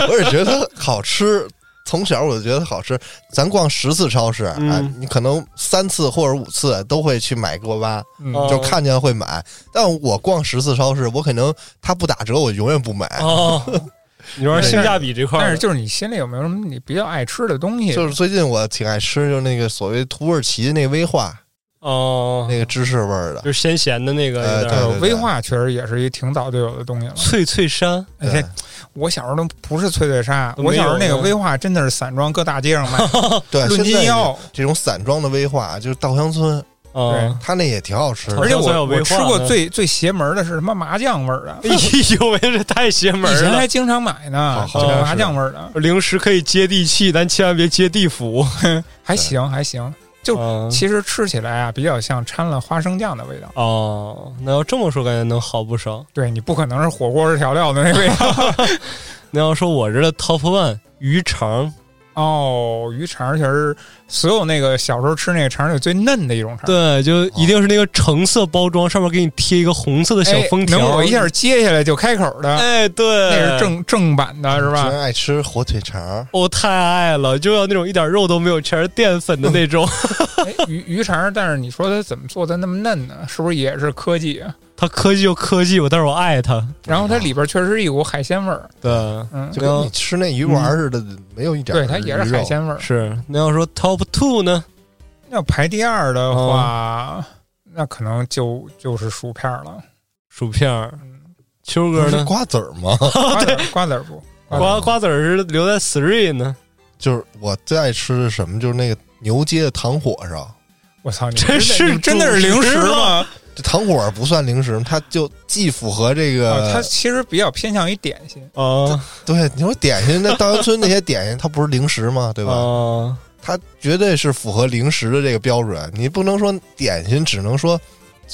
A: 我是觉得它好吃。从小我就觉得它好吃，咱逛十次超市，
B: 嗯
A: 啊，你可能三次或者五次都会去买锅巴，
C: 嗯
B: 哦
A: 就看见会买。但我逛十次超市，我可能它不打折，我永远不买。
B: 哦， 你说性价比这块
C: 但
B: 儿
C: 是，就是你心里有没有什么你比较爱吃的东西？
A: 就是最近我挺爱吃，就是那个所谓土耳其那威化，
B: 哦，
A: 那个芝士味儿的，
B: 就是咸咸的那个，
A: 呃
B: 有点
A: 对
B: 儿
A: 对
C: 呃，威化确实也是一挺早就有的东西了。
B: 脆脆山
C: 而
A: 对
C: 且我小时候都不是脆脆鲨，
B: 都没有
C: 我小时候那个
B: 呢
C: 威化真的是散装，搁大街上卖，
A: 对，
C: 论
A: 现在
C: 斤要。
A: 这种散装的威化，就是稻香
C: 哦
A: 村，
B: 啊。
A: 它那也挺好吃的
B: 好
C: 而且
B: 像算
C: 我
B: 有威化
C: 我吃过
B: 呢
C: 最最邪门的是什么麻酱味儿的，
B: 哎呦喂，这太邪门
C: 以前
B: 了
C: 还！经常买呢，
A: 好
B: 好
C: 就是
B: 像
C: 麻
A: 是
C: 酱味儿的，
B: 零食可以接地气，但千万别接地府。
C: 还行还行。就
B: 啊
C: 其实吃起来啊，比较像掺了花生酱的味道。
B: 哦，那要这么说，感觉能好不少。
C: 对你不可能是火锅调料的那味道。
B: 那要说我这的 top one 鱼肠，
C: 哦，鱼肠儿其实所有那个小时候吃那个肠儿里最嫩的一种肠儿。
B: 对，就一定是那个橙色包装，上面给你贴一个红色的小
C: 哎
B: 封条，
C: 能我一下接下来就开口的，
B: 哎，对，
C: 那是正正版的是
A: 虽
C: 吧？
A: 然爱吃火腿肠，
B: 我、哦太爱了，就要那种一点肉都没有，全是淀粉的那 种。
C: 哎鱼鱼肠儿，但是你说它怎么做的那么嫩呢？是不是也是科技啊？
B: 它科技就科技，我但是我爱它。
C: 然后它里边确实一股海鲜味儿，
B: 对，
C: 嗯，
A: 就跟你吃那鱼丸似的，没有一点儿
C: 对，它也
A: 鱼
C: 是
A: 肉
C: 海。鲜味儿。
B: 是。那要说 top two 呢？
C: 要排第二的话，那可能就就是薯片儿了。
B: 薯片儿，
C: 嗯，
B: 秋
A: 不
B: 哥
A: 是
B: 呢？
A: 瓜子儿吗？
C: 瓜子儿瓜子儿不，
B: 瓜瓜子儿是留在 three 呢，
A: 就是我最爱吃的什么，就是那个牛街的糖火烧。
C: 我操，你
B: 这
C: 真的
B: 是
C: 你真的是零食
B: 主食
C: 吗？
A: 这糖火儿不算零食，它就既符合这
C: 啊，它
A: 个，
C: 其实比较偏向于点心。
B: 啊
A: 对你说点心，那稻香村那些点心，它不是零食 吗？对吧？
B: 啊，
A: 它绝对是符合零食的这个标准，你不能说点心，只能说。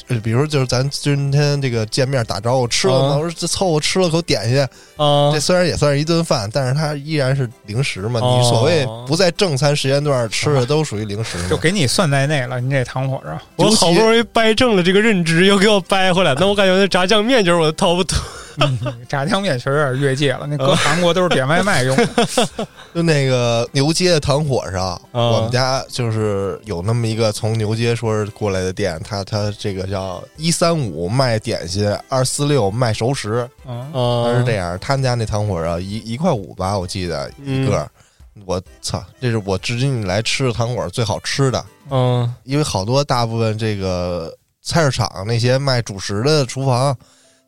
A: 呃比如说就是咱今天这个见面打招呼，吃了
B: 啊
A: 吗？我说这凑合吃了口点心，
B: 啊
A: 这，虽然也算是一顿饭，但是它依然是零食嘛。
B: 哦啊
A: 你所谓不在正餐时间段吃的，都属于零食
C: 就
A: 嘛。
C: 给你算在内了，你这糖火烧，
B: 我
A: 尤其
B: 好不容易掰正了这个认知，又给我掰回来。那我感觉那炸酱面就是我的 top two。
C: 炸酱面确实有点越界了。那搁韩国都是点外卖用的，
A: 就那个牛街的糖火烧，
B: 啊
A: 我们家就是有那么一个从牛街说是过来的店，它它这个叫一三五卖点心，二四六卖熟食，
C: 嗯，
A: 它
B: 啊
A: 是这样。他们家那糖火烧一一块五吧，我记得一个。
B: 嗯
A: 我操，这是我至今以来吃的糖果最好吃的。
B: 嗯，
A: 因为好多大部分这个菜市场那些卖主食的厨房，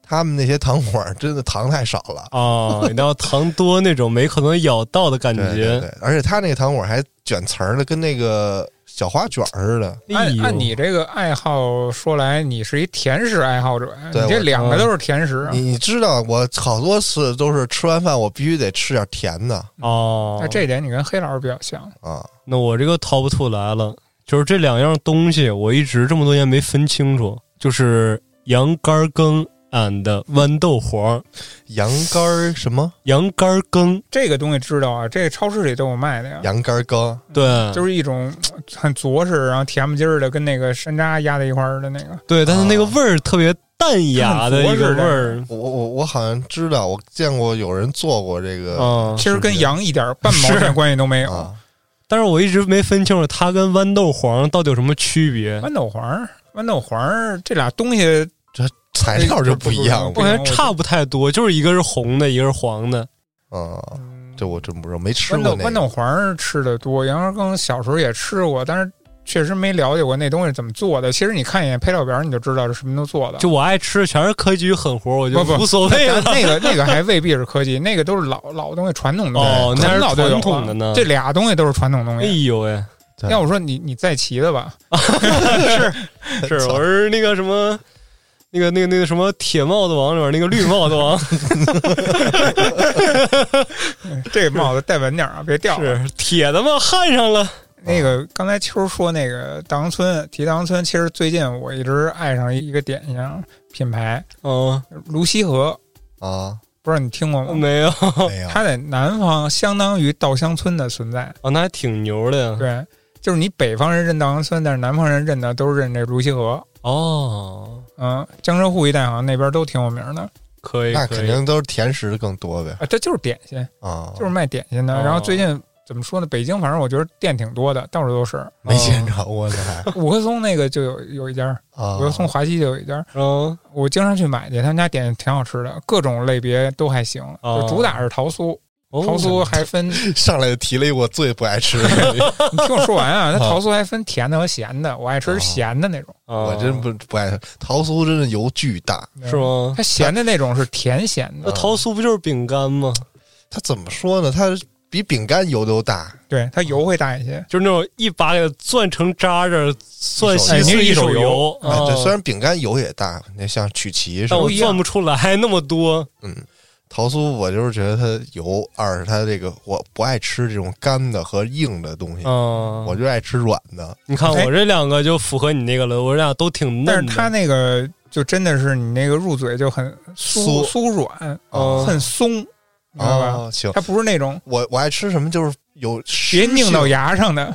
A: 他们那些糖果儿真的糖太少了，
B: 啊，你要糖多那种没可能咬到的感
A: 对对
B: 觉。
A: 对，而且他那个糖果儿还卷瓷儿的，跟那个小花卷儿似的。
B: 哎
C: 按
B: 呦
C: 按你这个爱好说来，你是一甜食爱好者，
A: 对
C: 你这
A: 我
C: 两个都是甜食啊。
A: 你你知道，我好多次都是吃完饭我必须得吃点甜的
B: 哦
C: 啊那，这点你跟黑老师比较像，
A: 啊。
B: 那我这个 top two 来了，就是这两样东西，我一直这么多年没分清楚，就是羊肝羹 and 豌豆黄。
A: 羊肝儿什么？
B: 羊肝羹，
C: 这个东西知道啊，这个超市里都有卖的呀，
A: 羊肝儿羹
B: 对，
C: 就是一种嘖很着实，然后甜不唧儿的，跟那个山楂压在一块儿的那个。
B: 对，但是那个
A: 啊
B: 味儿特别淡雅的一个味儿，
A: 我我我好像知道，我见过有人做过这个
B: 啊。
C: 其实跟羊一点半毛
B: 是
C: 钱关系都没有。
A: 啊，
B: 但是我一直没分清楚它跟豌豆黄到底有什么区别。
C: 豌豆黄儿，豌豆黄儿这俩东西，
A: 材料就不一 样
B: 我
A: 了
C: 哎
B: 感觉差不太多，就是一个是红的，一个是黄的。
A: 啊。
C: 嗯
A: 这我真不知道，没吃
C: 豌
A: 过
C: 豆
A: 那
C: 豌
A: 个
C: 豆黄儿吃的多，羊肉羹小时候也吃过，但是确实没了解过那东西怎么做的。其实你看一眼配料表，你就知道是什么都做的。
B: 就我爱吃的全是科技与狠活，我就
C: 不不
B: 无所谓
C: 但
B: 了。
C: 那个那个还未必是科技，那个都是老老东西、传统东西，
B: 哦那是
C: 很老就有了
B: 传统的呢
C: 这俩东西都是传统东
B: 哎
C: 西。
B: 呦喂，
A: 哎
C: 要我说你你再骑 的吧，
B: 是我是那个什么，那个那个那个什么铁帽子王里面那个绿帽子王，
C: 这帽子戴稳点啊，别掉了。
B: 是铁的嘛，焊上了。
C: 那个刚才秋儿说那个大杨村提大杨村，其实最近我一直爱上一个点心品牌
B: 嗯，
C: 卢溪河，
A: 啊，
C: 不知道你听过吗？
B: 没有
A: 没有
C: 它在南方相当于稻香村的存在，
B: 啊，那还挺牛的呀。
C: 对，就是你北方人认稻香村，但是南方人认的都是认这卢溪河。
B: 哦，
C: 嗯，江浙沪一带好像那边都挺有名的
B: 可以，
A: 那
B: 可以
A: 肯定都是甜食更多呗
C: 啊，这就是点心，
A: 啊，
C: 就是卖点心的。
B: 哦
C: 然后最近怎么说呢？北京反正我觉得店挺多的，到处都 是。
A: 没见着我呢 还
C: 五棵松那个就有有一家，
A: 啊
C: 五棵
B: 哦
C: 松华西就有一家，
B: 嗯。
C: 我经常去买去，他们家点心挺好吃的，各种类别都还行。
B: 哦
C: 就主打是桃酥，
B: 哦
C: 桃酥还分，你
A: 上来就提了一我最不爱吃的，
C: 听我说完啊，它桃酥还分甜的和咸的，我爱吃咸的那种，
B: 啊
A: 我真不不爱吃桃酥，真的油巨大。
C: 你知
B: 是
C: 道吗？
B: 吗？呃
C: 它咸的那种是甜咸
B: 那
C: 的，
B: 桃酥不就是饼干吗？
A: 它怎么说呢？它比饼干油都大，
C: 对，它油会大一些。
B: 就是那种一把给它攥成渣渣，攥稀
C: 哎那
B: 碎
C: 是一
B: 手
C: 手
B: 油
C: 油
A: 啊，对，虽
B: 啊
A: 然饼干油也大，那像曲奇似
B: 但
A: 的
B: 我
C: 不一样
B: 攥不出来那么多。
A: 桃酥，我就是觉得它油，二是它这个我不爱吃这种干的和硬的东西，
B: 嗯，
C: 哦
A: 我就爱吃软的。
B: 你看
C: 哎
B: 我这两个就符合你那个了，我这俩都挺
C: 但
B: 嫩
C: 是它
B: 的。
C: 那个就真的是你那个入嘴就很酥酥软，
B: 哦
C: 很松，你知道吧？
A: 哦，行，
C: 它不是那种
A: 我我爱吃什么就是有湿
C: 别拧到
A: 性
C: 牙上的。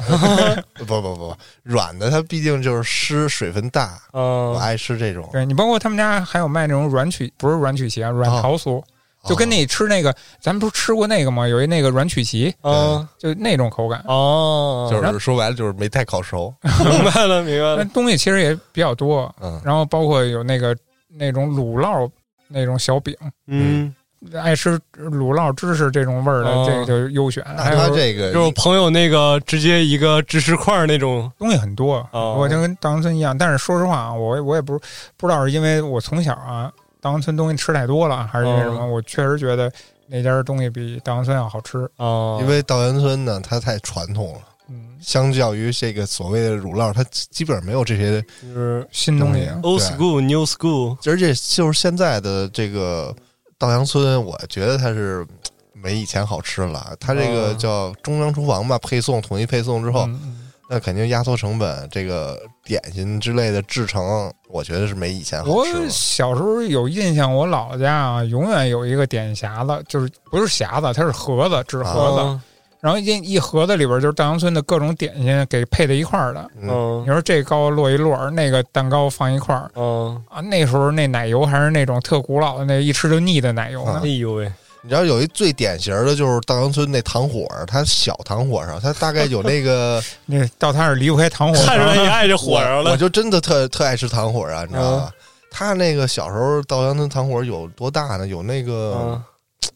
A: 不不不不软的，它毕竟就是湿，水分大，
C: 哦
A: 我
B: 嗯，
A: 爱吃这种。
C: 对你包括他们家还有卖那种软曲，不是软曲奇啊，软桃酥，就跟
A: 哦
C: 那吃那个，咱们不是吃过那个吗？有一那个软曲奇，
B: 啊
C: 就那种口感。
B: 哦，
A: 就是说白了就是没太烤 熟，
B: 明白了，明白
C: 那
B: 了。
C: 东西其实也比较多，
A: 嗯，
C: 然后包括有那个那种乳酪那种小饼，
B: 嗯，
C: 爱吃乳酪芝士这种味儿的，
B: 哦
C: 这个就优选。
A: 啊那
C: 还
A: 它
C: 有
A: 这个
B: 就是我朋友那个直接一个芝士块儿那种。
C: 东西很多，
B: 哦
C: 我就跟大杨村一样。但是说实话啊，我我也不不知道是因为我从小啊，大杨村东西吃太多了，还是因为什么？
B: 哦
C: 我确实觉得那家东西比大杨村要好吃。
B: 哦，
C: 啊
A: 因为稻香村呢，它太传统了，
C: 嗯，
A: 相较于这个所谓的乳酪，它基本上没有这些
B: 就是
C: 新东西，
A: 东
B: old
A: 对
B: school new school，
A: 而且就是现在的这个稻香村，我觉得它是没以前好吃了。它这个
B: 嗯
A: 叫中央厨房吧，配送统一配送之后，
C: 啊嗯嗯
A: 那肯定压缩成本，这个点心之类的制成，我觉得啊是没以前好
C: 我
A: 吃了。
C: 小时候有印象，我姥姥家啊，永远有一个点心匣子，就是不是匣子，它是盒子，纸盒子。
A: 哦
B: 嗯
C: 然后一一盒子里边就是大杨村的各种点心给配在一块儿的。
A: 嗯，
C: 你
B: 嗯
C: 说这糕落一摞儿，那个蛋糕放一块儿
B: 嗯，
C: 啊，那时候那奶油还是那种特古老的，那一吃就腻的奶油呢
A: 啊
B: 哎。呦喂，
A: 你知道有一最典型的就是稻香村那糖火儿，它小糖火上，它大概有那个，
C: 那到他是离不开糖火
B: 看出来你
C: 了。
B: 爱这火
A: 我
B: 上
A: 我
B: 了。嗯
A: 就真的特特爱吃糖火儿啊，你知道吧？它那个小时候稻香村糖火儿有多大呢？有那个、
B: 嗯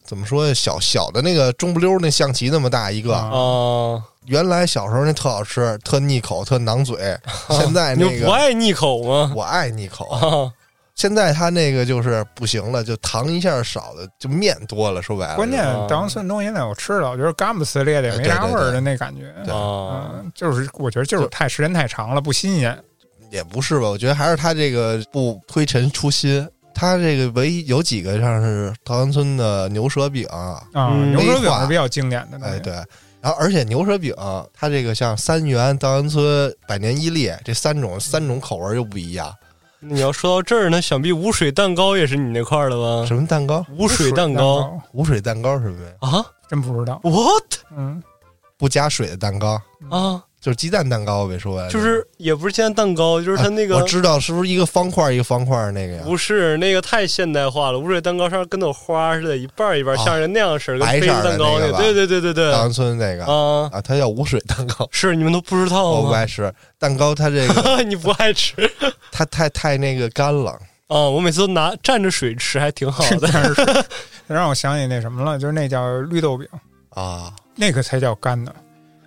A: 怎么说呀？小小的那个中不溜儿那象棋那么大一个，
C: 啊
B: 哦。
A: 原来小时候那特好吃， 特腻口，特囊嘴。现在
B: 你
A: 哎那
B: 就不
A: 个
B: 爱腻口吗？
A: 我爱腻口，
B: 啊，
A: 现在他那个就是不行了，就糖一下少了，就面多了。说白了，
C: 关键
B: 啊
C: 当蒜东西呢，我吃了，我觉得干不撕裂的，也没啥
A: 对对对
C: 味儿的那感觉。
B: 啊，
C: 嗯，就是我觉得就是太时间太长了，不新鲜。
A: 也不是吧？我觉得还是他这个不推陈出新。他这个唯一有几个像是稻香村的牛舌饼，
C: 啊，
B: 嗯
C: 牛舌
A: 没
C: 饼
A: 化
C: 是比较经典的。那
A: 哎
C: 个
A: 对，然后而且牛舌饼它这个像三元、稻香村、百年伊利这三种三种口味又不一样。
B: 那你要说到这儿，那想必无水蛋糕也是你那块儿的吧？
A: 什么蛋糕？
B: 无水蛋
C: 蛋
B: 糕
A: 无水蛋糕是什么呀？
B: 啊
C: 真不知道。
B: ？What
C: 嗯，
A: 不加水的蛋糕，
B: 啊？
A: 就是鸡蛋蛋糕呗。说白了
B: 就是也不是煎蛋糕，就是它那
A: 啊我
B: 个
A: 知道是不是一个方块一个方块那个呀？
B: 不是那个太现代化了。无水蛋糕上跟朵花似的，一半儿一半儿，
A: 啊
B: 像人那样式儿，跟
A: 白
B: 杯
A: 色
B: 子
A: 儿的
B: 蛋糕
A: 那个吧
B: 对对对对对
A: 稻香村那个
B: 啊，
A: 啊，它叫无水蛋糕，
B: 是你们都不知道
A: 我不
B: 吗？
A: 爱吃蛋糕，它这 个
B: 你不爱吃
A: 它太太那个干了。
B: 啊？我每次都拿蘸着水吃，还挺好的。
C: 但是让我想起那什么了，就是那叫绿豆饼，
A: 啊，
C: 那个才叫干的。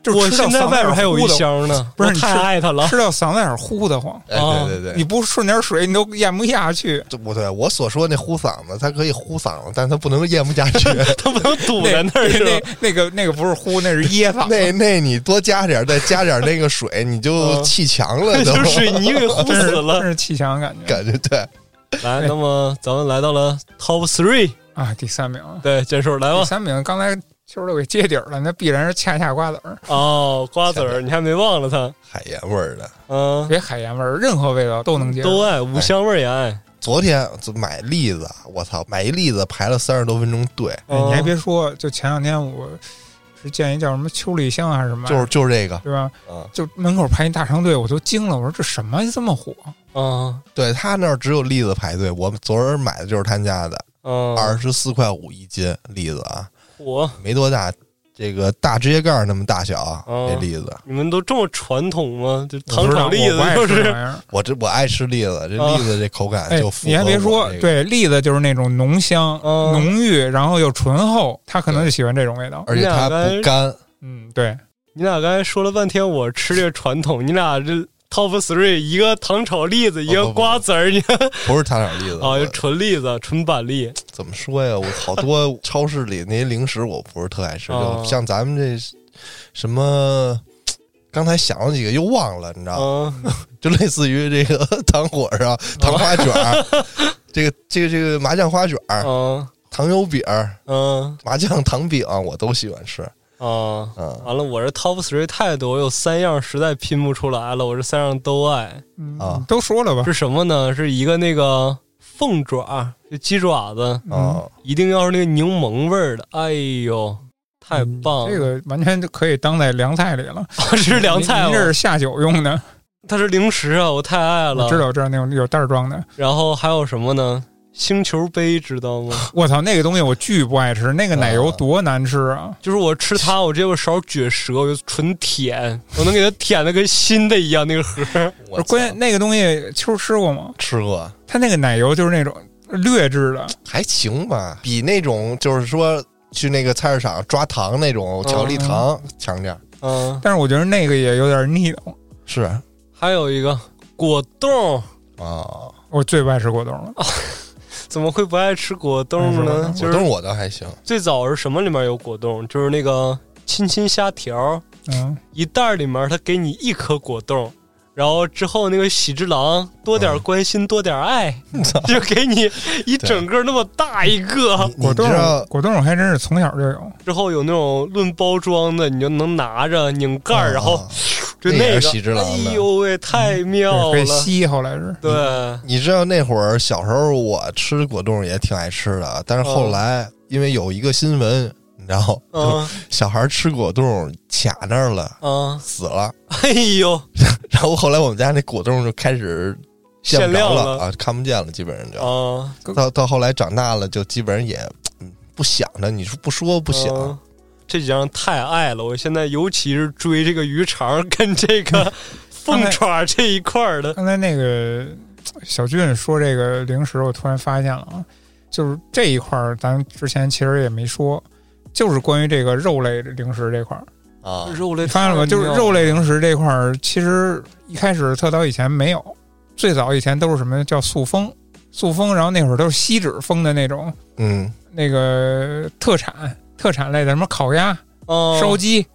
C: 就是
B: 我
C: 吃到
B: 现在
C: 嗓子
B: 外
C: 眼
B: 边
C: 儿
B: 还有
C: 呼
B: 一
C: 的
B: 箱呢，
C: 不是
B: 我
C: 你
B: 太
C: 吃
B: 爱它了。
C: 吃到嗓子眼儿呼的慌，
A: 哎，
B: 啊
A: 对对对，
C: 你不顺点水你都咽不下去。
A: 这不对，我所说那呼嗓子，它可以呼嗓子，但它不能咽不下 去。
B: 它不能堵
C: 那
B: 在那儿是吧？
C: 那那个那个不是呼，那是 噎嗓子。
A: 那那你多加点儿，再加点儿那个水，你就
B: 嗯
A: 气强 了，都
B: 就是水泥给糊
C: 真
B: 死
C: 是真
B: 了。
C: 是气强感觉
A: 感觉对。
B: 来，那么咱们来到了 top three，
C: 啊！第三名啊，
B: 对，坚叔来
C: 第
B: 吧。
C: 三名刚才秋儿都给揭底儿了，那必然是恰恰瓜子儿，
B: 哦，瓜子儿，你还没忘了它，
A: 海盐味儿的。
B: 嗯，
C: 别海盐味儿，任何味道都能接受。
B: 都爱，五香味儿也爱。
A: 昨天就买栗子，啊我操，买一栗子排了三十多分钟队，
C: 哎你还
B: 嗯
C: 别说，就前两天我是见一叫什么秋梨香啊还是什么，
A: 就是就是这个，
C: 对吧？
A: 嗯，
C: 就门口排一大长队，我都惊了，我说这什么这么火？
B: 嗯
A: 对他那儿只有栗子排队，我昨儿买的就是他家的，
B: 嗯，
A: 二十四块五一斤栗子啊，
B: 我
A: 没多大，这个大指甲盖儿那么大小啊，
B: 嗯
A: 这栗子，
B: 你们都这么传统吗？就糖
C: 我
B: 炒
C: 不知
B: 栗
C: 道
B: 子
C: 我不爱
B: 就
C: 吃这
B: 是
C: 玩意儿。
A: 我这我爱吃栗子，这
B: 啊
A: 栗子这口感
C: 哎
A: 就，符合
C: 你还别
A: 我
C: 说
A: 这，个哦
C: 对栗子就是那种浓香、
B: 嗯
C: 浓郁，然后又醇厚，他可能就喜欢这种味道。
A: 而且它不干，
C: 嗯，对，
B: 你俩刚才说了半天，我吃这个传统，你俩这 top three 一个糖炒栗子，一
A: 不
B: 个
A: 不
B: 瓜子儿，你看
A: 不是糖炒栗子。
B: 啊，
A: 我
B: 就纯栗子，纯板栗。
A: 怎么说呀？我好多超市里那些零食我不是特爱吃，
B: 啊
A: 就像咱们这什么。刚才想了几个又忘了，你知
C: 啊
A: 道吗？
B: 嗯，
A: 就类似于这个糖果儿啊、糖花卷儿，这个这个这个麻酱花卷儿、
B: 嗯
A: 糖油饼儿、
B: 嗯
A: 麻酱糖饼，我都喜欢吃。
B: 啊！
A: 嗯
B: 完了，我这 top three 太多，我有三样实在拼不出来了，我这三样都爱。
C: 嗯
A: 啊
C: 都说了 吧，
B: 是什么呢？是一个那个凤爪，就鸡爪子，
C: 嗯
A: 啊，
B: 一定要是那个柠檬味儿的。哎呦，太棒了！
C: 嗯这个完全就可以当在凉菜里了。
B: 这是 凉菜
C: 您
B: 吗
C: 您？这是下酒用的，
B: 它是零食啊， 我太爱了。
C: 我知。道，我知道那种有袋儿装的。
B: 然后还有什么呢？星球杯知道 吗？
C: 我操，那个东西我巨不爱吃，那个奶油
A: 啊
C: 多难吃啊！
B: 就是我吃它，我直接把勺撅折，我就纯舔，我能给它舔的跟新的一样。那个盒 儿，
A: 我
C: 不是
A: 操
C: 关键那个东西，秋儿吃过吗？
A: 吃过
C: 它那个奶油就是那种劣质的，
A: 还行吧，比那种就是说去那个菜市场抓糖那种巧克力糖强点儿。
B: 嗯，
C: 但是我觉得那个也有点腻的。
A: 是啊，
B: 还有一个果冻，
A: 哦
C: 我最不爱吃果冻了，
B: 怎么会不爱吃果冻
C: 嗯是
B: 呢
C: 吧？
B: 就
A: 果
B: 是
A: 冻我倒还行，
B: 最早是什么里面有果冻？就是那个亲亲虾条，
C: 嗯，
B: 一袋儿里面它给你一颗果冻，然后之后那个喜之郎多点关心、多点爱，就给你一整个那么大一个。
A: 你
C: 果
A: 你知
C: 冻
A: 道
C: 果冻我还真是从小就有，
B: 之后有那种论包装的，你就能拿着拧盖儿，
A: 嗯
B: 然后
A: 嗯
B: 就
A: 那也
B: 那
A: 是
B: 个。
A: 喜之郎的
B: 哎呦喂，太妙
C: 对可以
B: 了！
C: 吸，后来是
B: 对，
A: 你知道那会儿小时候我吃果冻也挺爱吃的，啊但是后来因为有一个新闻，你知道，
B: 嗯
A: 小孩吃果冻卡那儿了，
B: 嗯，
A: 死了。
B: 哎呦，
A: 然后后来我们家那果冻就开始见
B: 限
A: 不着
B: 量
A: 了
B: 了
A: 啊，看不见了，基本上就、
B: 啊，
A: 到到后来长大了，就基本上也嗯不想着，你说不说不啊想，
B: 嗯这几样太爱了，我现在尤其是追这个鱼肠跟这个凤爪这一块儿的，
C: 刚才那个小俊说这个零食，我突然发现了啊，就是这一块儿，咱之前其实也没说，就是关于这个肉类零食这块儿，
A: 啊，
B: 肉类
C: 你发现了吗？
B: 太
C: 就是
B: 妙了
C: 肉类零食这块儿，其实一开始特早以前没有，最早以前都是什么叫塑封，塑封，然后那会儿都是锡纸封的那种
A: 嗯，
C: 那个特产特产类的，什么烤鸭、
B: 哦，
C: 烧鸡，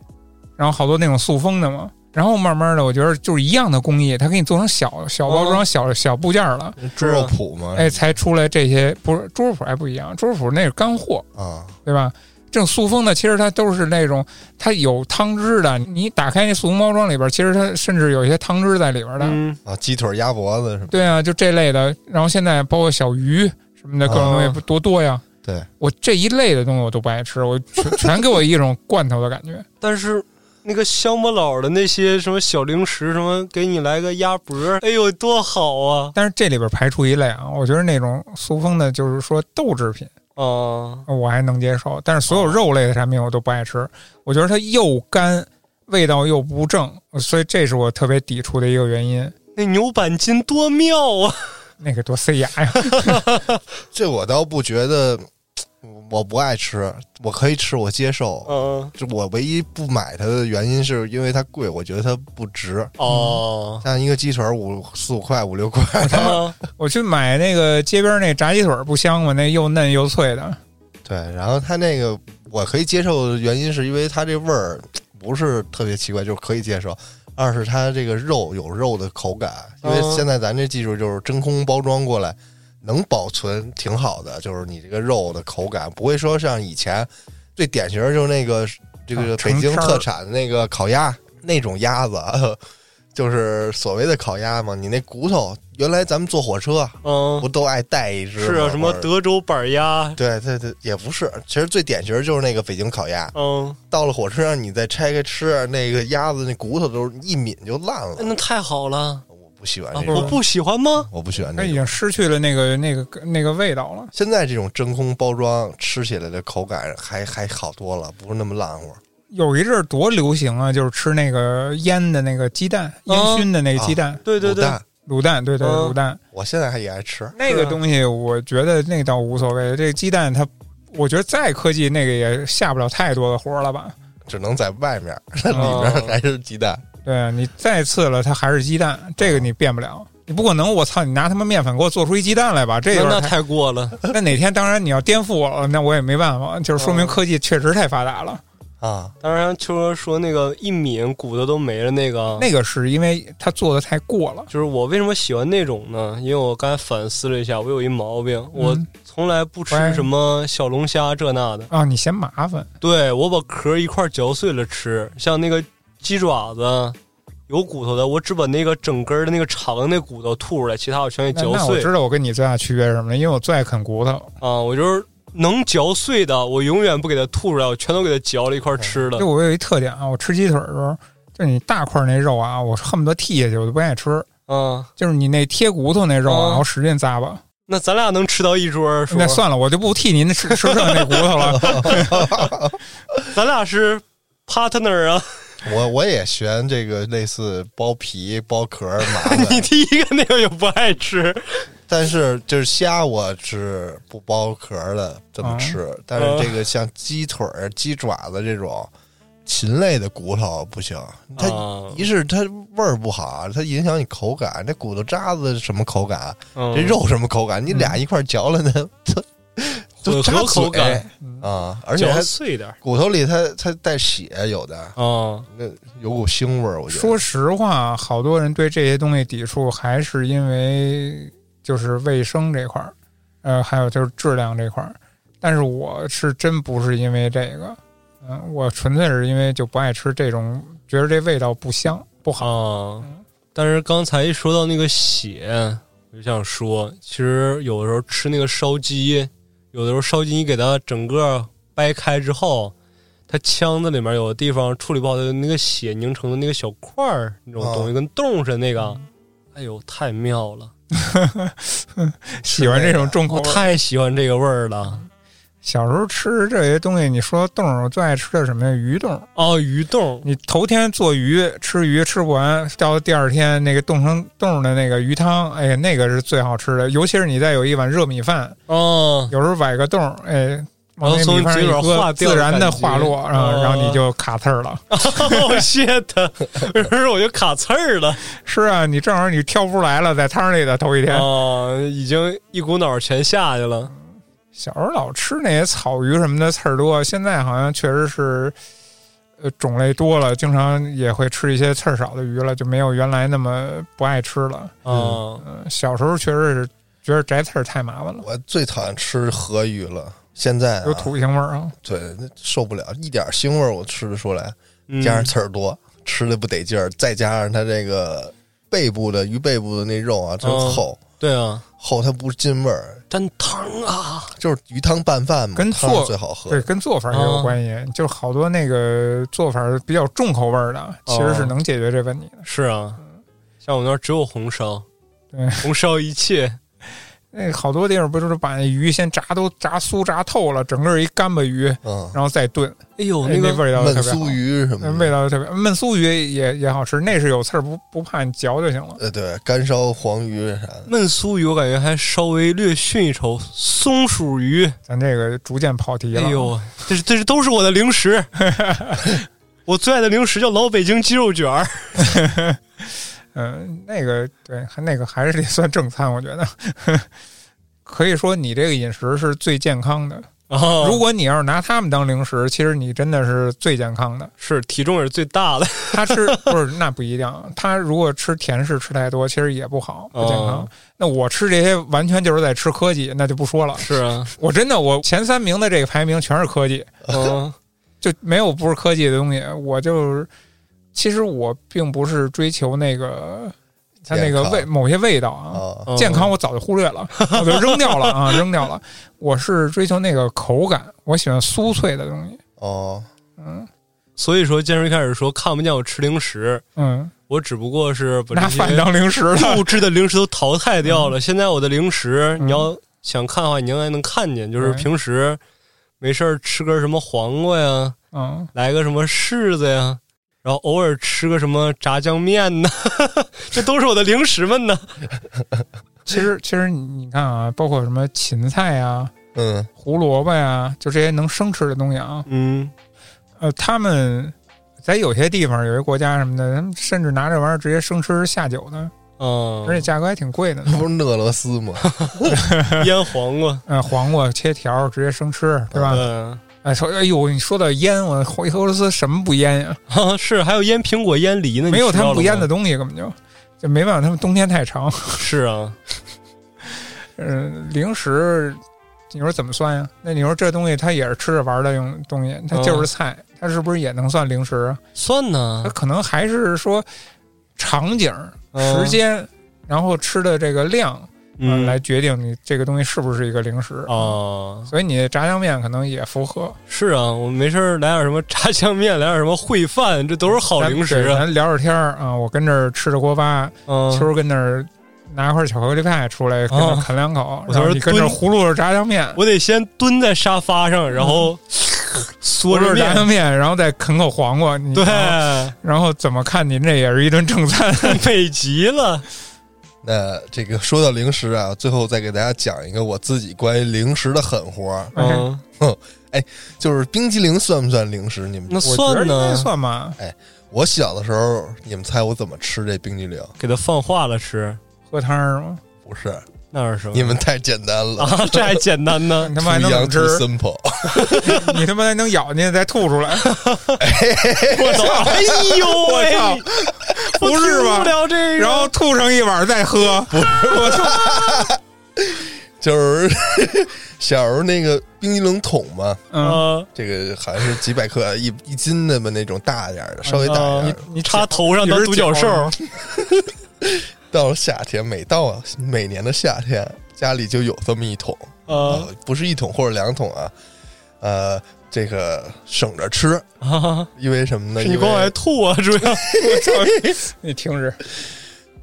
C: 然后好多那种塑封的嘛。然后慢慢的，我觉得就是一样的工艺，它给你做成小小包装、小小部件了，
A: 猪
B: 啊
A: 肉脯嘛，
C: 哎，才出来这些。不是猪肉脯还不一样，猪肉脯那是干货，
A: 啊，
C: 对吧？这种塑封的，其实它都是那种它有汤汁的。你打开那塑封包装里边，其实它甚至有一些汤汁在里边的。
B: 嗯，
A: 啊，鸡腿、鸭脖子什么，
C: 对啊，就这类的。然后现在包括小鱼什么的，
A: 哦
C: 各种东西不多多呀。
A: 对，
C: 我这一类的东西我都不爱吃，我全 全给我一种罐头的感觉。
B: 但是那个乡巴佬的那些什么小零食，什么给你来个鸭 脖，哎呦，多好啊！
C: 但是这里边排除一类啊，我觉得那种塑封的，就是说豆制品，
B: 啊，
C: 我还能接受。但是所有肉类的产品我都不爱吃，我觉得它又干，味道又不正，所以这是我特别抵触的一个原因。
B: 那牛板筋多妙啊！
C: 那个多塞牙呀！
A: 这我倒不觉得，我不爱吃，我可以吃，我接受。
B: 嗯，
A: 就我唯一不买它的原因，是因为它贵，我觉得它不值。
B: 哦，
A: 像一个鸡腿儿五四五块、五六块，
B: 啊，
C: 我去买那个街边那炸鸡腿儿不香吗？那又嫩又脆的。
A: 对。然后它那个我可以接受的原因，是因为它这味儿不是特别奇怪，就是可以接受。二是它这个肉有肉的口感，因为
B: 嗯
A: 现在咱这技术就是真空包装过来，能保存挺好的，就是你这个肉的口感不会说像以前最典型儿就是那个这个
C: 啊
A: 北
C: 成
A: 京
C: 片儿
A: 特产的那个烤鸭那种鸭子。啊 就是所谓的烤鸭嘛，你那骨头原来咱们坐火车不
B: 嗯，
A: 都爱带一只吗？
B: 是啊，什么
A: 或者
B: 德州板鸭，
A: 对对对，也不是。其实最典型就是那个北京烤鸭，
B: 嗯，
A: 到了火车上你再拆开吃，啊那个鸭子那骨头都一抿就烂了。
B: 哎那太好了，
A: 我不喜欢
B: 啊
A: 这
B: 我
A: 种，
B: 不喜欢吗？
A: 我不喜欢
C: 它
A: 这
C: 已
A: 种。
C: 经失去了那个那个那个味道了。
A: 现在这种真空包装吃起来的口感还还好多了，不是那么烂乎。
C: 有一阵儿多流行啊，就是吃那个腌的那个鸡蛋，烟熏的那个鸡蛋，
B: 对对
A: 卤
B: 对，
A: 蛋，
C: 卤蛋，对对，
B: 嗯
C: 卤蛋
A: 我现在还也爱吃。
C: 哦那个东西，我觉得那倒无所谓。这鸡蛋它，我觉得再科技那个也下不了太多的活儿了 吧？
A: 只能在外 面，里
B: 哦啊
A: 面还是鸡蛋。
C: 对你再次了，它还是鸡蛋，这个你变不了。你不可能，我操！你拿他妈面粉给我做出一鸡蛋来吧？这有
B: 那
C: 点
B: 那
C: 太
B: 太过了，
C: 那哪天当然你要颠覆我 了，那我也没办法，就是说明
B: 嗯
C: 科技确实太发达了。
A: 啊，
B: 当然，秋儿说那个一抿骨头都没了那个，
C: 那个是因为它做的太过了。
B: 就是我为什么喜欢那种呢？因为我刚才反思了一下，我有一毛病，我
C: 嗯
B: 从来不吃
C: 喂
B: 什么小龙虾这那的。
C: 啊，你嫌麻烦，
B: 对我把壳一块嚼碎了吃，像那个鸡爪子有骨头的，我只把那个整根儿的那个长的那骨头吐出来，其他我全给
C: 那
B: 嚼
C: 那我
B: 碎
C: 知道我跟你最大区别是什么了，因为我最爱啃骨头，
B: 啊！我就是能嚼碎的，我永远不给它吐出来，我全都给它嚼了一块吃了
C: 就。我有一特点啊，我吃鸡腿儿的时候，就你大块儿那肉啊，我恨不得剔下去，我就不爱吃。
B: 啊，
C: 就是你那贴骨头那肉
B: 嗯
C: 啊，我使劲咂吧。
B: 那咱俩能吃到一桌儿，说
C: 那算了，我就不替您吃吃剩那骨 头了。
B: 咱俩是 partner 啊！
A: 我我也学这个类似剥皮、剥壳儿麻 烦。
B: 你第一个那个也不爱吃，
A: 但是就是虾，我是不剥壳儿的这
B: 啊
A: 么吃。但是这个像鸡腿儿、鸡爪子这种禽类的骨头不行，它、
B: 啊
A: 一是它味儿不好，它影响你口感。这骨头渣子什么口感？
B: 嗯
A: 这肉什么口感？你俩一块儿嚼了呢， 它
B: 混
A: 都
B: 合
A: 扎嘴
B: 口感嗯
A: 啊！而且它
B: 碎点儿
A: 骨头里它它带血，有的
B: 啊，
A: 那有股腥味儿。我觉得
C: 说实话，好多人对这些东西抵触，还是因为就是卫生这块儿，呃，还有就是质量这块儿。但是我是真不是因为这个，嗯、我纯粹是因为就不爱吃这种，觉得这味道不香不 好。
B: 啊。但是刚才一说到那个血，我就想说，其实有的时候吃那个烧鸡，有的时候烧鸡你给它整个掰开之后，它腔子里面有的地方处理不好，它有那个血凝成的那个小块儿那种东西，跟冻似的那个，哎呦，太妙了！
C: 喜欢这种重口
B: 我
C: 味儿。
B: 太喜欢这个味儿了。
C: 小时候吃这些东西，你说冻儿，我最爱吃的是什么呀？鱼冻儿。
B: 哦，鱼冻，
C: 你头天做鱼吃鱼吃不完，到第二天那个冻成冻的那个鱼汤，哎呀，那个是最好吃的。尤其是你再有一碗热米饭，
B: 哦，
C: 有时候崴个冻儿，哎，往
B: 然后
C: 那
B: 从
C: 米饭上
B: 嘴角
C: 一搁，
B: 化掉的
C: 自然
B: 感
C: 的
B: 觉
C: 滑落，然后然后
B: 哦
C: 你就卡刺 儿了。
B: 我 shit，有时候哦我就卡刺儿了，
C: 是啊，你正好你跳不出来了，在汤里的头一天。
B: 哦，已经一股脑儿全下去了。
C: 小时候老吃那些草鱼什么的刺儿多，现在好像确实是，呃，种类多了，经常也会吃一些刺儿少的鱼了，就没有原来那么不爱吃了。
B: 啊，
C: 嗯，小时候确实是觉得摘刺儿太麻烦了，
A: 我最讨厌吃河鱼了。现在、啊、
C: 有土腥味儿啊。
A: 对那受不了，一点腥味儿我吃得出来，
B: 嗯
A: 加上刺儿多，吃的不得劲儿，再加上它这个背部的鱼背部的那肉啊，真
B: 嗯
A: 厚、
B: 对啊，
A: 厚，它不进味儿，
B: 但疼啊，
A: 就是鱼汤拌饭嘛，
C: 跟
A: 汤
C: 做
A: 最好喝。
C: 对，跟做法也有
B: 啊
C: 关系，就是好多那个做法比较重口味儿
B: 哦
C: 的，其实是能解决这问题的。
B: 是啊，像我们那儿只有红烧，
C: 对
B: 红烧一切，
C: 那好多地方不就是把那鱼先炸都炸酥炸透了，整个一干巴鱼，
A: 嗯，
C: 然后再炖，
B: 哎呦，
C: 哎
B: 那
C: 那
B: 个
C: 味道
A: 焖
C: 特别好
A: 酥。鱼什
C: 那
A: 么
C: 味
A: 的，
C: 道特别，焖酥鱼也也好吃，那是有刺儿，不不怕你嚼就行了。
A: 呃，对，干烧黄鱼啥的，
B: 焖酥鱼，我感觉还稍微略逊一筹。松鼠鱼，
C: 咱这个逐渐跑题了。
B: 哎 呦，这是这是都是我的零食。 我最爱的零食叫老北京鸡肉卷儿，
C: 嗯，那个对，还那个还是得算正餐，我觉得。 可以说你这个饮食是最健康的。
B: 哦
C: 如果你要是拿它们当零食，其实你真的是最健康的。
B: 是体重也是最大的，
C: 他吃 不是那不一定，他如果吃甜食吃太多，其实也不好，不健康。
B: 哦
C: 那我吃这些完全就是在吃科技，那就不说了。
B: 是 啊，
C: 我真的我前三名的这个排名全是科技，
B: 嗯
C: 就没有不是科技的东西。我就是，其实我并不是追求那个它那个
A: 健康
C: 味某些味道啊，
A: 啊，
B: 嗯
C: 健康我早就忽略了，我就扔掉了 啊，扔掉了。我是追求那个口感，我喜欢酥脆的东西。
A: 哦，
C: 嗯
B: 所以说，健身开始说看不见我吃零食，
C: 嗯，
B: 我只不过是把
C: 拿
B: 这
C: 饭
B: 些
C: 当零食了。
B: 物质的零食都淘汰掉了。现在我的零食，你要想看的话，你应该能看见，就是
C: 嗯
B: 平时没事儿吃根什么黄瓜呀，
C: 嗯，
B: 来个什么柿子呀，然后偶尔吃个什么炸酱面呐， 这都是我的零食们呢。
C: 其实其实你看啊，包括什么芹菜啊、
A: 嗯，
C: 胡萝卜呀、就这些能生吃的东西啊，
B: 嗯，
C: 呃，他们在有些地方、有些国家什么的，他们甚至拿这玩意儿直接生吃下酒呢，
B: 啊，
C: 而且价格还挺 贵的呢。
A: 那不是俄罗斯吗？
B: 腌黄瓜，
C: 嗯，黄瓜切条儿直接生吃，对吧？
B: 嗯，
C: 哎，说哎呦，你说到腌，我回俄罗斯什么不腌呀、
B: 啊是，还有腌苹果、腌梨呢，你
C: 没有
B: 吃
C: 他
B: 到
C: 们不
B: 了
C: 腌
B: 吗
C: 的，东西，根本就就没办法，他们冬天太长。
B: 是啊，
C: 嗯，零食，你说怎么算呀？那你说这东西它也是吃着玩儿的用东西，它就是菜，它是不是也能算零食啊？
B: 算呢
C: 它，可能还是说场景、
B: 嗯
C: 时间，然后吃的这个量，啊
B: 嗯，
C: 来决定你这个东西是不是一个零食。
B: 啊，
C: 所以你炸酱面可能也符合
B: 是啊，我没事儿来点什么炸酱面，来点什么烩饭，这都是好
C: 咱
B: 零食
C: 对
B: 啊。
C: 咱聊会儿天儿啊，我跟这儿吃着锅巴，秋
B: 嗯，
C: 儿跟那儿拿块巧克力派出来，跟那儿
B: 啊
C: 啃两口，
B: 我
C: 然
B: 就
C: 后
B: 是
C: 你跟那儿
B: 蹲
C: 葫芦着炸酱面，
B: 我得先蹲在沙发上，然后
C: 葫
B: 缩
C: 芦
B: 着
C: 着炸酱
B: 面。
C: 面，然后再啃口黄瓜，你
B: 对，
C: 然后然后怎么看您这也是一顿正餐？
B: 美极了。
A: 那这个说到零食啊，最后再给大家讲一个我自己关于零食的狠活儿，
B: 嗯，
A: 就是冰激凌算不算零食？你们
B: 那
C: 我觉得
B: 算
C: 应该
B: 呢，
C: 算吧，
A: 我小的时候，你们猜我怎么吃这冰激凌？
B: 给它放化了吃，
C: 喝汤儿吗？
A: 不是，
B: 那是什么？
A: 你们太简单了。
B: 啊， 这还简单呢
C: 你。他妈还
A: Too
C: 能
A: young,
C: 怎么
A: too？
C: 吃
A: simple。
C: 你他妈还能咬进去再吐出来？
B: 我操！哎呦
C: 我
B: 喂，
C: 操，不是
B: 我
C: 吧
B: 听不了这个。
C: 然后吐上一碗再喝，我操！
A: 就是 小时候那个冰激凌桶嘛，
C: 嗯，
B: 啊，
A: 这个好像是几百克啊一一斤那么那种大点儿的，稍微大一点儿的。
B: 呃你插头上
C: 你
B: 当
C: 是
B: 独角兽
C: 脚吗
A: 到了夏天，每到啊每年的夏天，家里就有这么一桶，
C: 哦
B: 啊
A: 呃，不是一桶或者两桶啊，呃，这个省着吃，
B: 啊！
A: 因为什么呢？
B: 是你
A: 因
B: 光往外
A: 为
B: 吐啊，主要。
C: 嗯 我操！你听着，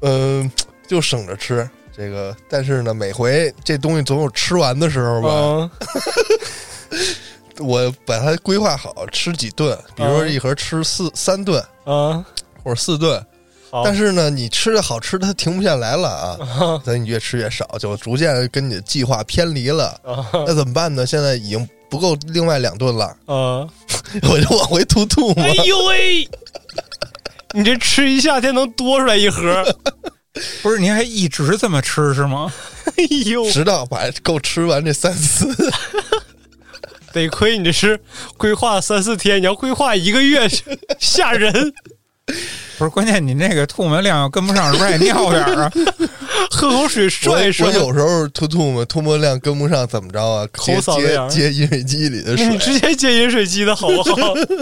A: 嗯、就省着吃。这个，但是呢，每回这东西总有吃完的时候吧，
B: 啊
A: 我把它规划好，吃几顿，比如说
B: 嗯
A: 一盒吃四、三顿
B: 啊，
A: 或者四顿，
B: 好。
A: 但是呢，你吃的好吃的它停不下来了啊，
B: 啊
A: 那你越吃越少，就逐渐跟你的计划偏离了。
B: 啊
A: 那怎么办呢？现在已经不够另外两顿了，
B: 啊！
A: 我就往回吐吐沫
B: 哎。呦喂，你这吃一夏天能多出来一盒？
C: 不是，您还一直这么吃是吗？
B: 哎呦，
A: 直到把够吃完这三 次，
B: 得亏你这是规划三四天，你要规划一个月，吓 人！
C: 不是，关键你那个吐沫量要跟不上，是不是也尿点儿啊？
B: 喝口水
A: 我
B: 涮一
A: 我
B: 涮。
A: 有时候吐吐沫，吐沫量跟不上，怎么着啊？
B: 抠
A: 接
B: 嗓子眼儿
A: 接接饮水机里的
B: 那
A: 水，
B: 你直接接饮水机的好不好？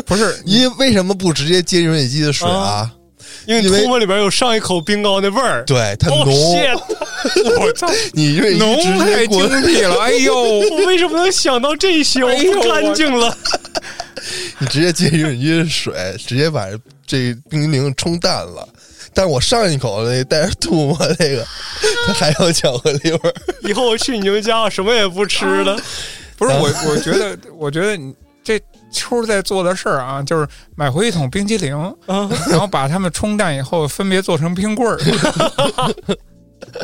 C: 不是，
A: 因为为什么不直接接饮水机的水啊？
B: 因为
A: 因为
B: 吐沫里边有上一口冰糕那味儿。
A: 对，它
B: 哦
A: 浓，
B: shit！
C: 我 操，
A: 你饮水
C: 浓
A: 机直
C: 太
A: 接
C: 精
A: 过，
C: 辟了，哎 呦！
B: 我为什么能想到这些？我
C: 哎呦
B: 不干净了。
A: 你直接接饮水机的水，直接把这冰激凌冲淡了。但我上一口那带着吐沫那个，它还有巧克力味儿。
B: 以后我去你们家，我什么也不吃了。
C: 不是我，我觉得，我觉得你这秋儿在做的事儿啊，就是买回一桶冰激凌，
B: 啊，
C: 然后把它们冲淡以后，分别做成嗯 冰棍儿。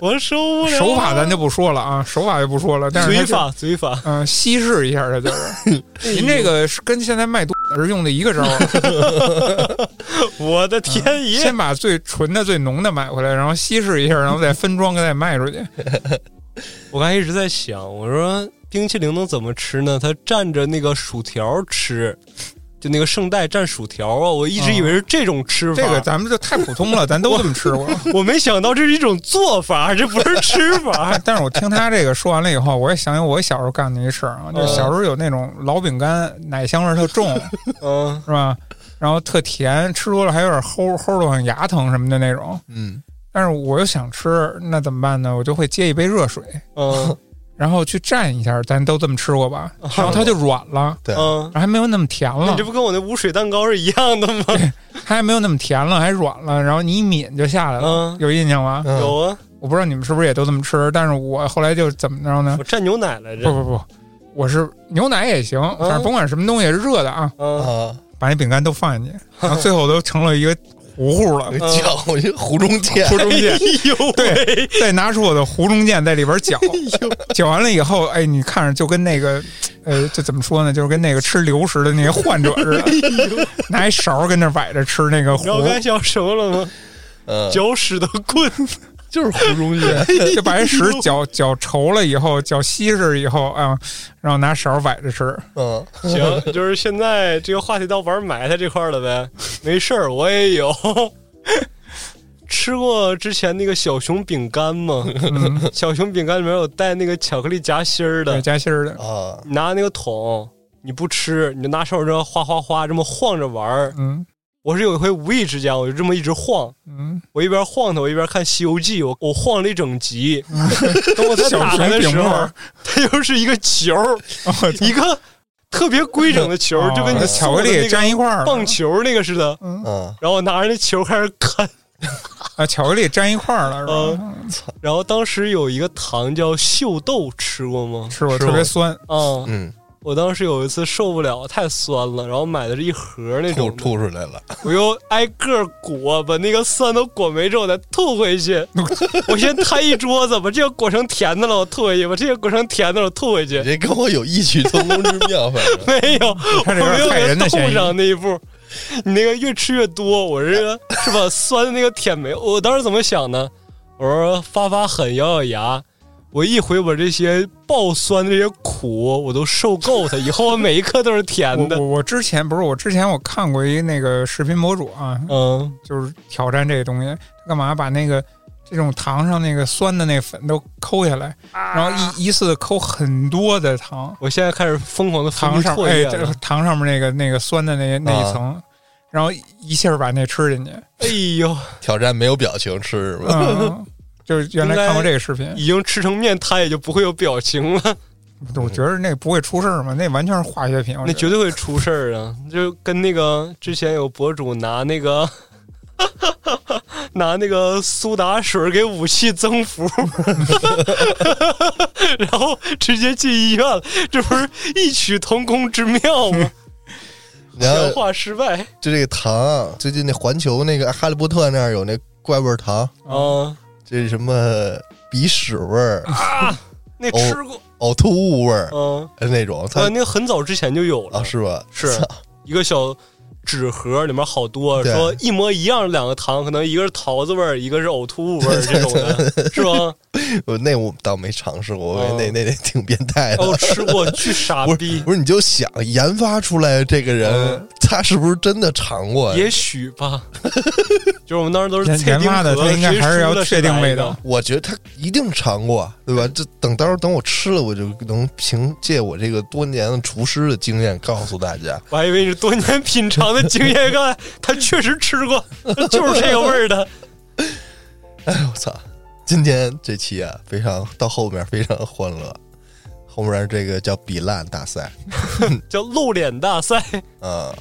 B: 我受不了。
C: 手法咱就不说了啊，手法就不说了，但是它
B: 嘴
C: 就
B: 法，嘴法。
C: 嗯、稀释一下它就是。您这个是跟现在卖毒是用的一个招儿，
B: 我的天爷！
C: 先把最纯的、最浓的买回来，然后稀释一下，然后再分装给它卖出去。
B: 我刚才一直在想，我说冰淇淋能怎么吃呢？它蘸着那个薯条吃，就那个圣代蘸薯条啊，我一直以为是这种吃法。
C: 哦这个咱们就太普通了，咱都这么吃过。
B: 我没想到这是一种做法，这不是吃法
C: 哎。但是我听他这个说完了以后，我也想起我小时候干的一事儿啊，就是小时候有那种老饼干，奶香味儿特重，
B: 嗯，
C: 是吧？然后特甜，吃多了还有点齁齁的，很牙疼什么的那种。
A: 嗯，
C: 但是我又想吃，那怎么办呢？我就会接一杯热水，
B: 嗯
C: 然后去蘸一下，咱都这么吃过吧？然后它就软了，
A: 对，
B: 嗯，
C: 还没有那么甜
B: 哦你
C: 了
B: 这，不跟我那无水蛋糕是一样的吗？
C: 它还没有那么甜了，还软了，然后你一抿就下来了，
B: 嗯
C: 有印象吗？
A: 嗯
B: 有啊，
C: 我不知道你们是不是也都这么吃，但是我后来就怎么着呢？
B: 我蘸牛奶来
C: 不
B: 着。
C: 不不，我是牛奶也行，反正甭管什么东西是热的啊，
B: 嗯，
A: 啊，
C: 把那饼干都放进去，然后最后都成了一个糊糊了
A: 我。搅我就湖中 见，
C: 糊中
B: 哎
C: 间，
B: 呦喂！
C: 再拿出我的糊中剑在里边搅，
B: 哎
C: 搅完了以后，哎，你看着就跟那个，呃，这怎么说呢？就是跟那个吃流食的那些患者似
B: 哎
C: 的， 拿一勺跟那摆着吃那个
B: 你
C: 糊
B: 知，道我刚才想什么了吗？
A: 嗯，
B: 搅屎的棍，
A: 就是湖中见。
C: 就把这
B: 哎
C: 屎搅搅稠了以后，搅稀释以后啊，然后拿勺摆着吃。
A: 嗯，
B: 行，就是现在这个话题到玩埋汰这块儿了呗。没事儿，我也有。 吃过之前那个小熊饼干吗？
C: 嗯，
B: 小熊饼干里面有带那个巧克力夹心儿
C: 对，
B: 的，
C: 夹心儿的，
A: 啊，
B: 你拿那个桶，你不吃，你就拿手这样哗哗哗这么晃着玩儿。
C: 嗯
B: 我是有一回无意之间，我就这么一直晃，
C: 嗯，
B: 我一边晃它，我一边看《西游记》，我我晃了一整 集。等我再打开的
C: 小
B: 时
C: 熊饼
B: 候
C: 沫，
B: 它又是一个球儿，
C: 我操
B: 一个特别规整的球儿，就跟你
C: 哦巧克力也啊
B: 那个
C: 粘一块儿了，
B: 棒球那个似的。
A: 嗯，
B: 然后拿着那球开始看，
C: 啊，巧克力粘一块儿了，是吧？
B: 嗯然后当时有一个糖叫秀豆，吃过吗？
C: 吃我
A: 吃
C: 特别
A: 过
C: 酸，
B: 啊、
A: 嗯，
B: 我当时有一次受不了，太酸了，然后买的是一盒那
A: 吐
B: 种的，
A: 吐出来了，
B: 我又挨个裹，把那个酸都裹没之后再吐回 去。我先摊一桌子，把这个裹成甜的了，我吐回去；把这个裹成甜的了，我吐回去
A: 你。这跟我有异曲同工之妙，反正。
B: 没有，我
C: 看这有
B: 没
C: 点
B: 有
C: 害
B: 给
C: 人
B: 它
C: 的嫌
B: 冻
C: 疑
B: 上那一步。你那个越吃越多，我这个是吧？酸的那个舔没，我当时怎么想呢？我说发发狠，咬咬牙，我一回我这些爆酸的这些苦我都受够它，以后我每一刻都是甜
C: 我
B: 的
C: 我。我之前不是我之前我看过一那个视频博主啊，
B: 嗯，
C: 就是挑战这个东西，他干嘛把那个这种糖上那个酸的那粉都抠下来，
B: 啊
C: 然后一一次抠很多的糖，
B: 我现在开始疯狂的分
C: 糖
B: 泌
C: 上
B: 唾
C: 哎
B: 液啊了。
C: 糖上面那个那个酸的那那一层，然后一下把那 吃进去，
B: 哎呦，
A: 挑战没有表情吃是吧？
C: 嗯，就是原来看过这个视频，
B: 已经吃成面瘫，也就不会有表情了。
C: 我觉得那不会出事儿嘛，那完全是化学品，我
B: 那
C: 觉
B: 绝
C: 得
B: 对会出事儿啊！就跟那个之前有博主拿那个 拿那个苏打水给武器增幅， 然后直接进医院了，这不是异曲同工之妙吗？
A: 然
B: 强
A: 后
B: 化失败
A: 就这个糖啊，最近那环球那个哈利波特那儿有那怪味儿糖，
B: 啊！
A: 这是什么鼻屎味儿、
B: 那吃过
A: 呕吐物味儿
B: 嗯，
A: 那种，它
B: 它那个很早之前就有了，
A: 啊是吧？
B: 是一个小纸盒，里面好多，
A: 对
B: 说一模一样两个糖，可能一个是桃子味儿，一个是呕吐物味儿这种 的，是吧？
A: 我 那我倒没尝试过，我以
B: 哦
A: 为那那那挺变态的。
B: 哦，吃过，巨傻
A: 不是
B: 逼，
A: 不是，你就想研发出来这个人，
B: 嗯
A: 他是不是真的尝过呀？
B: 也许吧。就是我们当时都是
C: 研
B: 脆
C: 研
B: 冰
C: 发的，
B: 盒
C: 它应该
B: 谁
C: 还是
B: 输
C: 要
B: 了
C: 确
B: 谁
C: 定
B: 来
C: 味
B: 一个
C: 道。
A: 我觉得他一定尝过，对吧？这等到时候等我吃了，我就能凭借我这个多年的厨师的经验告诉大家。
B: 我还以为是多年品尝的经验，看 他确实吃过， 就是这个味儿的。
A: 哎，我操！今天这期啊，非常到后面非常欢乐，后面这个叫比烂大赛，
B: 叫露脸大 赛，
A: 啊，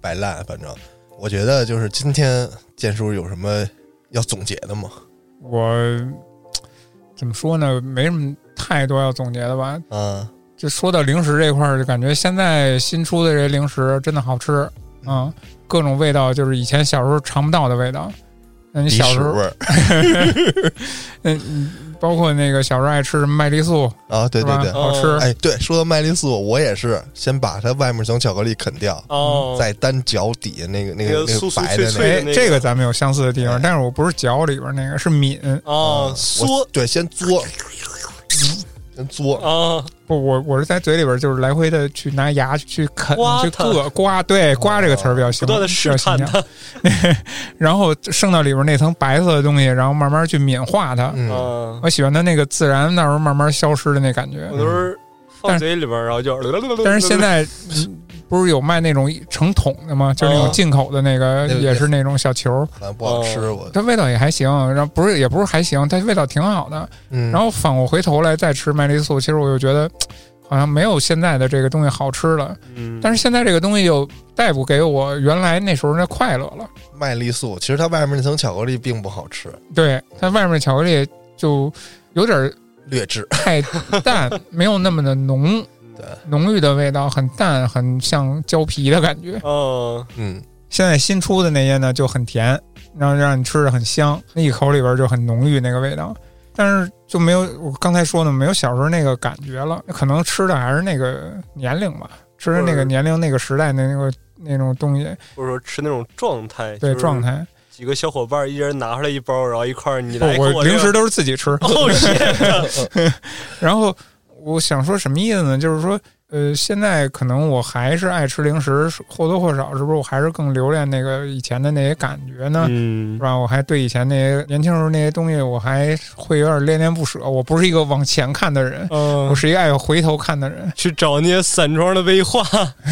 A: 摆烂，反正我觉得就是今天建叔有什么要总结的吗？
C: 我怎么说呢？没什么太多要总结的吧。
A: 啊，
C: 就说到零食这块儿，就感觉现在新出的这零食真的好吃，嗯，各种味道就是以前小时候尝不到的味道。那你
A: 鼻
C: 小
A: 屎
C: 时候
A: 味，儿
C: 嗯，嗯包括那个小时候爱吃什么麦丽素，
A: 啊，对对
C: 是吧？
A: 对。
C: 好吃。
B: 哦
A: 哎，对，说到麦丽素，我也是先把它外面层巧克力啃掉，
B: 哦，
C: 嗯
A: 再单嚼底下那个那
B: 那
A: 个
B: 个酥酥
A: 白的那
B: 脆脆
A: 个
C: 哎
B: 的那，个
C: 这个咱们有相似的地
A: 哎
C: 方，但是我不是嚼里边那个，是抿。
B: 啊
A: 嗯
B: 缩
A: 我对，先嘬，先嘬，
B: 啊，
C: 不，我我是在嘴里边就是来回的去拿牙去啃、
B: 刮
C: 去
B: 它哦
C: 硌、刮，对，刮这个词儿比较
B: 不
C: 形
B: 断的试探
C: 比较形象
B: 它，
C: 然后剩到里边那层白色的东西，然后慢慢去抿化它。
A: 嗯，
B: 啊，
C: 我喜欢它那个自然那时候慢慢消失的那感觉
B: 嗯我。都是放嘴里边儿，然后就。
C: 但是现在嗯不是有卖那种成桶的吗？就是那
B: 哦
C: 种进口的那个，
A: 对对
C: 也是那种小球，
A: 反正不好吃，我
C: 它味道也还行。然后不是也不是还行，它味道挺好的。
A: 嗯，
C: 然后反过回头来再吃麦丽素，其实我就觉得好像没有现在的这个东西好吃了。
B: 嗯，
C: 但是现在这个东西又带不给我原来那时候那快乐了。
A: 麦丽素其实它外面那层巧克力并不好吃，
C: 对，它外面巧克力就有点
A: 劣质，
C: 太淡，没有那么的浓
A: 对，
C: 浓郁的味道，很淡，很像胶皮的感觉。
B: 嗯，
A: 嗯，
C: 现在新出的那些呢就很甜，然后让你吃着很香，那一口里边就很浓郁那个味道，但是就没有我刚才说的没有小时候那个感觉了，可能吃的还是那个年龄吧，吃的那
B: 或者
C: 个年龄那个时代的那个那种东西，
B: 或者说吃那种状态，
C: 对状。态。
B: 几个小伙伴儿一人拿出来一包，然后一块儿你
C: 不
B: 来，给
C: 我
B: 这
C: 零
B: 个
C: 食。都是自己吃。
B: 哦，shit
C: 然后我想说什么意思呢？就是说，呃，现在可能我还是爱吃零食，或多或少，是不是我还是更留恋那个以前的那些感觉呢？
B: 嗯
C: 是，吧？我还对以前那些年轻时候那些东西，我还会有点恋恋不舍。我不是一个往前看的人，
B: 嗯
C: 我，是一个爱回头看的人。
B: 去找那些散装的威化，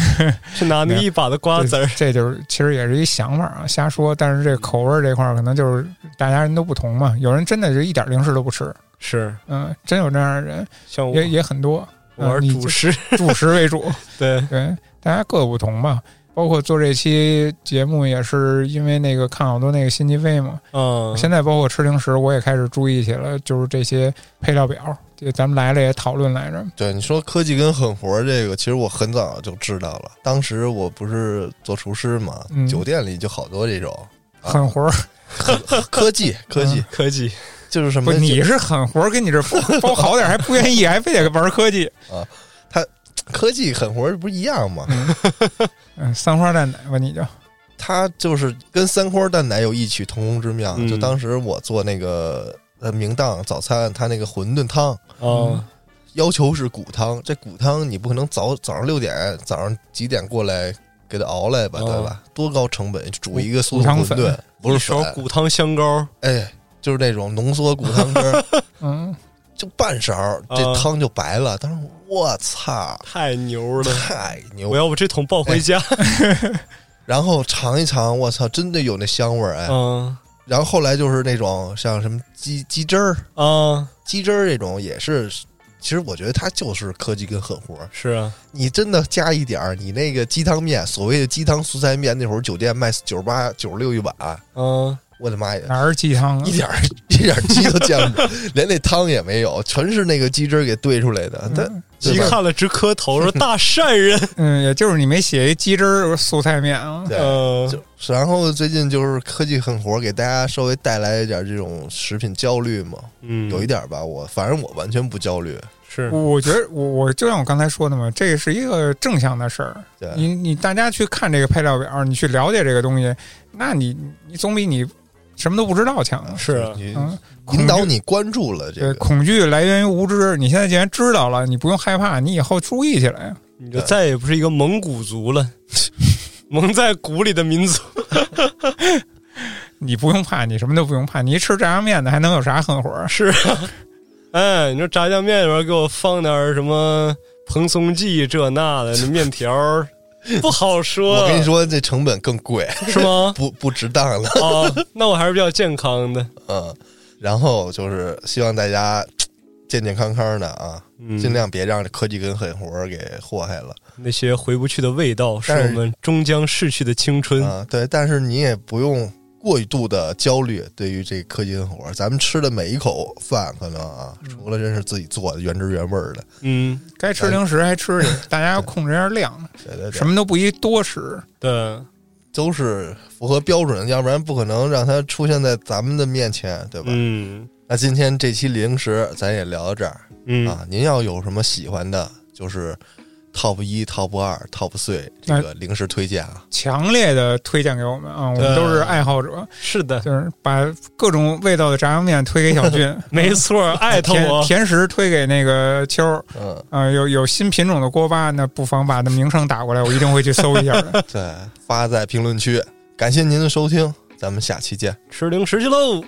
B: 去拿那个一把的瓜子啊儿
C: 这，这就是其实也是一想法啊，瞎说。但是这口味儿这块儿，可能就是大家人都不同嘛。有人真的是一点零食都不吃，
B: 是
C: 嗯，真有这样的人，
B: 像我
C: 也也很多。
B: 我
C: 嗯
B: 是
C: 你
B: 主食，
C: 主食为主，
B: 对，
C: 对，大家各有不同吧。包括做这期节目也是因为那个看好多那个辛吉飞嘛。
B: 嗯，
C: 现在包括吃零食，我也开始注意起了，就是这些配料表。这咱们来了也讨论来着，
A: 对，你说科技跟狠活这个，其实我很早就知道了。当时我不是做厨师嘛，
C: 嗯
A: 酒店里就好多 这种啊
C: 狠活儿，
A: 科技，科技、
B: 科技，
A: 就是什
C: 嗯不，
A: 么就？
C: 你是狠活儿，跟你这包包好点儿还不愿意，还非得玩科技。
A: 科技狠活不是一样吗？
C: 嗯，三花淡奶吧，你就
A: 它就是跟三锅蛋奶有异曲同工之妙。
B: 嗯
A: 就当时我做那个呃明档早餐，它那个馄饨汤
B: 嗯，
A: 要求是骨汤，这骨汤你不可能早早上六点早上几点过来给它熬来吧，
B: 哦
A: 对吧？多高成本煮一个速
C: 骨
A: 冻
C: 汤
A: 馄
C: 粉
A: 饨，不是
B: 一勺
A: 粉
B: 骨汤香膏，
A: 哎，就是那种浓缩骨汤汁 儿，
C: 嗯，
A: 就半勺儿，这
B: 啊
A: 汤就白了。当时我操，
B: 太牛 了！
A: 太牛
B: 我！要不这桶抱回家，
A: 然后尝一尝，我操，真的有那香味儿哎。
B: 嗯
A: 然后后来就是那种像什么鸡鸡汁儿、
B: 啊，
A: 鸡汁儿这种，也是，其实我觉得它就是科技跟狠活儿。
B: 是啊，
A: 你真的加一点儿，你那个鸡汤面，所谓的鸡汤素菜面，那会儿酒店卖九十八、九十六一碗，
B: 嗯，
A: 我的妈呀！
C: 哪儿是鸡汤啊
A: 一？点儿一点儿鸡都见不着，连那汤也没有，全是那个鸡汁儿给兑出来的。但
C: 嗯
B: 一看了直磕头， 说大善人，
C: 嗯，也就是你没写一鸡汁儿素菜面啊。
A: 对，
B: 嗯，
A: 就然后最近就是科技狠活，给大家稍微带来一点这种食品焦虑嘛，
B: 嗯
A: 有一点吧。我反正我完全不焦虑，
B: 是
C: 我觉得我我就像我刚才说的嘛，这是一个正向的事儿。
A: 对
B: 嗯
C: 你你大家去看这个配料表，你去了解这个东西，那你你总比你什么都不知道强。
B: 是，啊
A: 你
C: 嗯，
A: 引导你关注了这
C: 对，
A: 个，
C: 恐惧来源于无知。你现在既然知道了，你不用害怕，你以后注意起来。啊
B: 你就再也不是一个蒙古族了， 蒙在鼓里的民族。
C: 你不用怕，你什么都不用怕。你一吃炸酱面的，还能有啥狠 活儿？
B: 是啊，哎，你说炸酱面里边给我放点儿什么蓬松剂这那的，那面条儿不好说。
A: 我跟你
B: 说
A: 说，这成本更贵，？
B: 是吗
A: 不不值当了。
B: 啊，那我还是比较健康的。
A: 嗯，然后就是希望大家健健康康的啊，
B: 嗯，
A: 尽量别让这科技跟狠活儿给祸害了
B: 那些回不去的味道，是
A: 但
B: 我
A: 是
B: 们终将逝去的青春。
A: 啊。对，但是你也不用过度的焦虑，对于这科技跟狠活儿，咱们吃的每一口饭，可能啊，除了真是自己做的原汁原味儿的，
B: 嗯，
C: 该吃零食还吃去， 大家要控制一下量，
A: 对对对
C: 什，么都不宜多吃。
A: 啊
B: 对，
A: 都是符合标准的，要不然不可能让它出现在咱们的面前，对吧？
B: 嗯
A: 那今天这期零食咱也聊到这儿。
B: 嗯、
A: 啊，您要有什么喜欢的，就是 top 一、top 二、top three 这个零食推荐啊。
C: 强烈的推荐给我们啊！我
B: 对
C: 们都是爱好者，
B: 是的，
C: 就是把各种味道的炸酱面推给小俊，
B: 没错 儿，艾特
C: 甜
B: 我。
C: 甜食推给那个秋儿。
A: 嗯，
C: 呃，有有新品种的锅巴，那不妨把那名称打过来，我一定会去搜一下的。
A: 对，发在评论区。感谢您的收听，咱们下期见。
B: 吃零食去喽，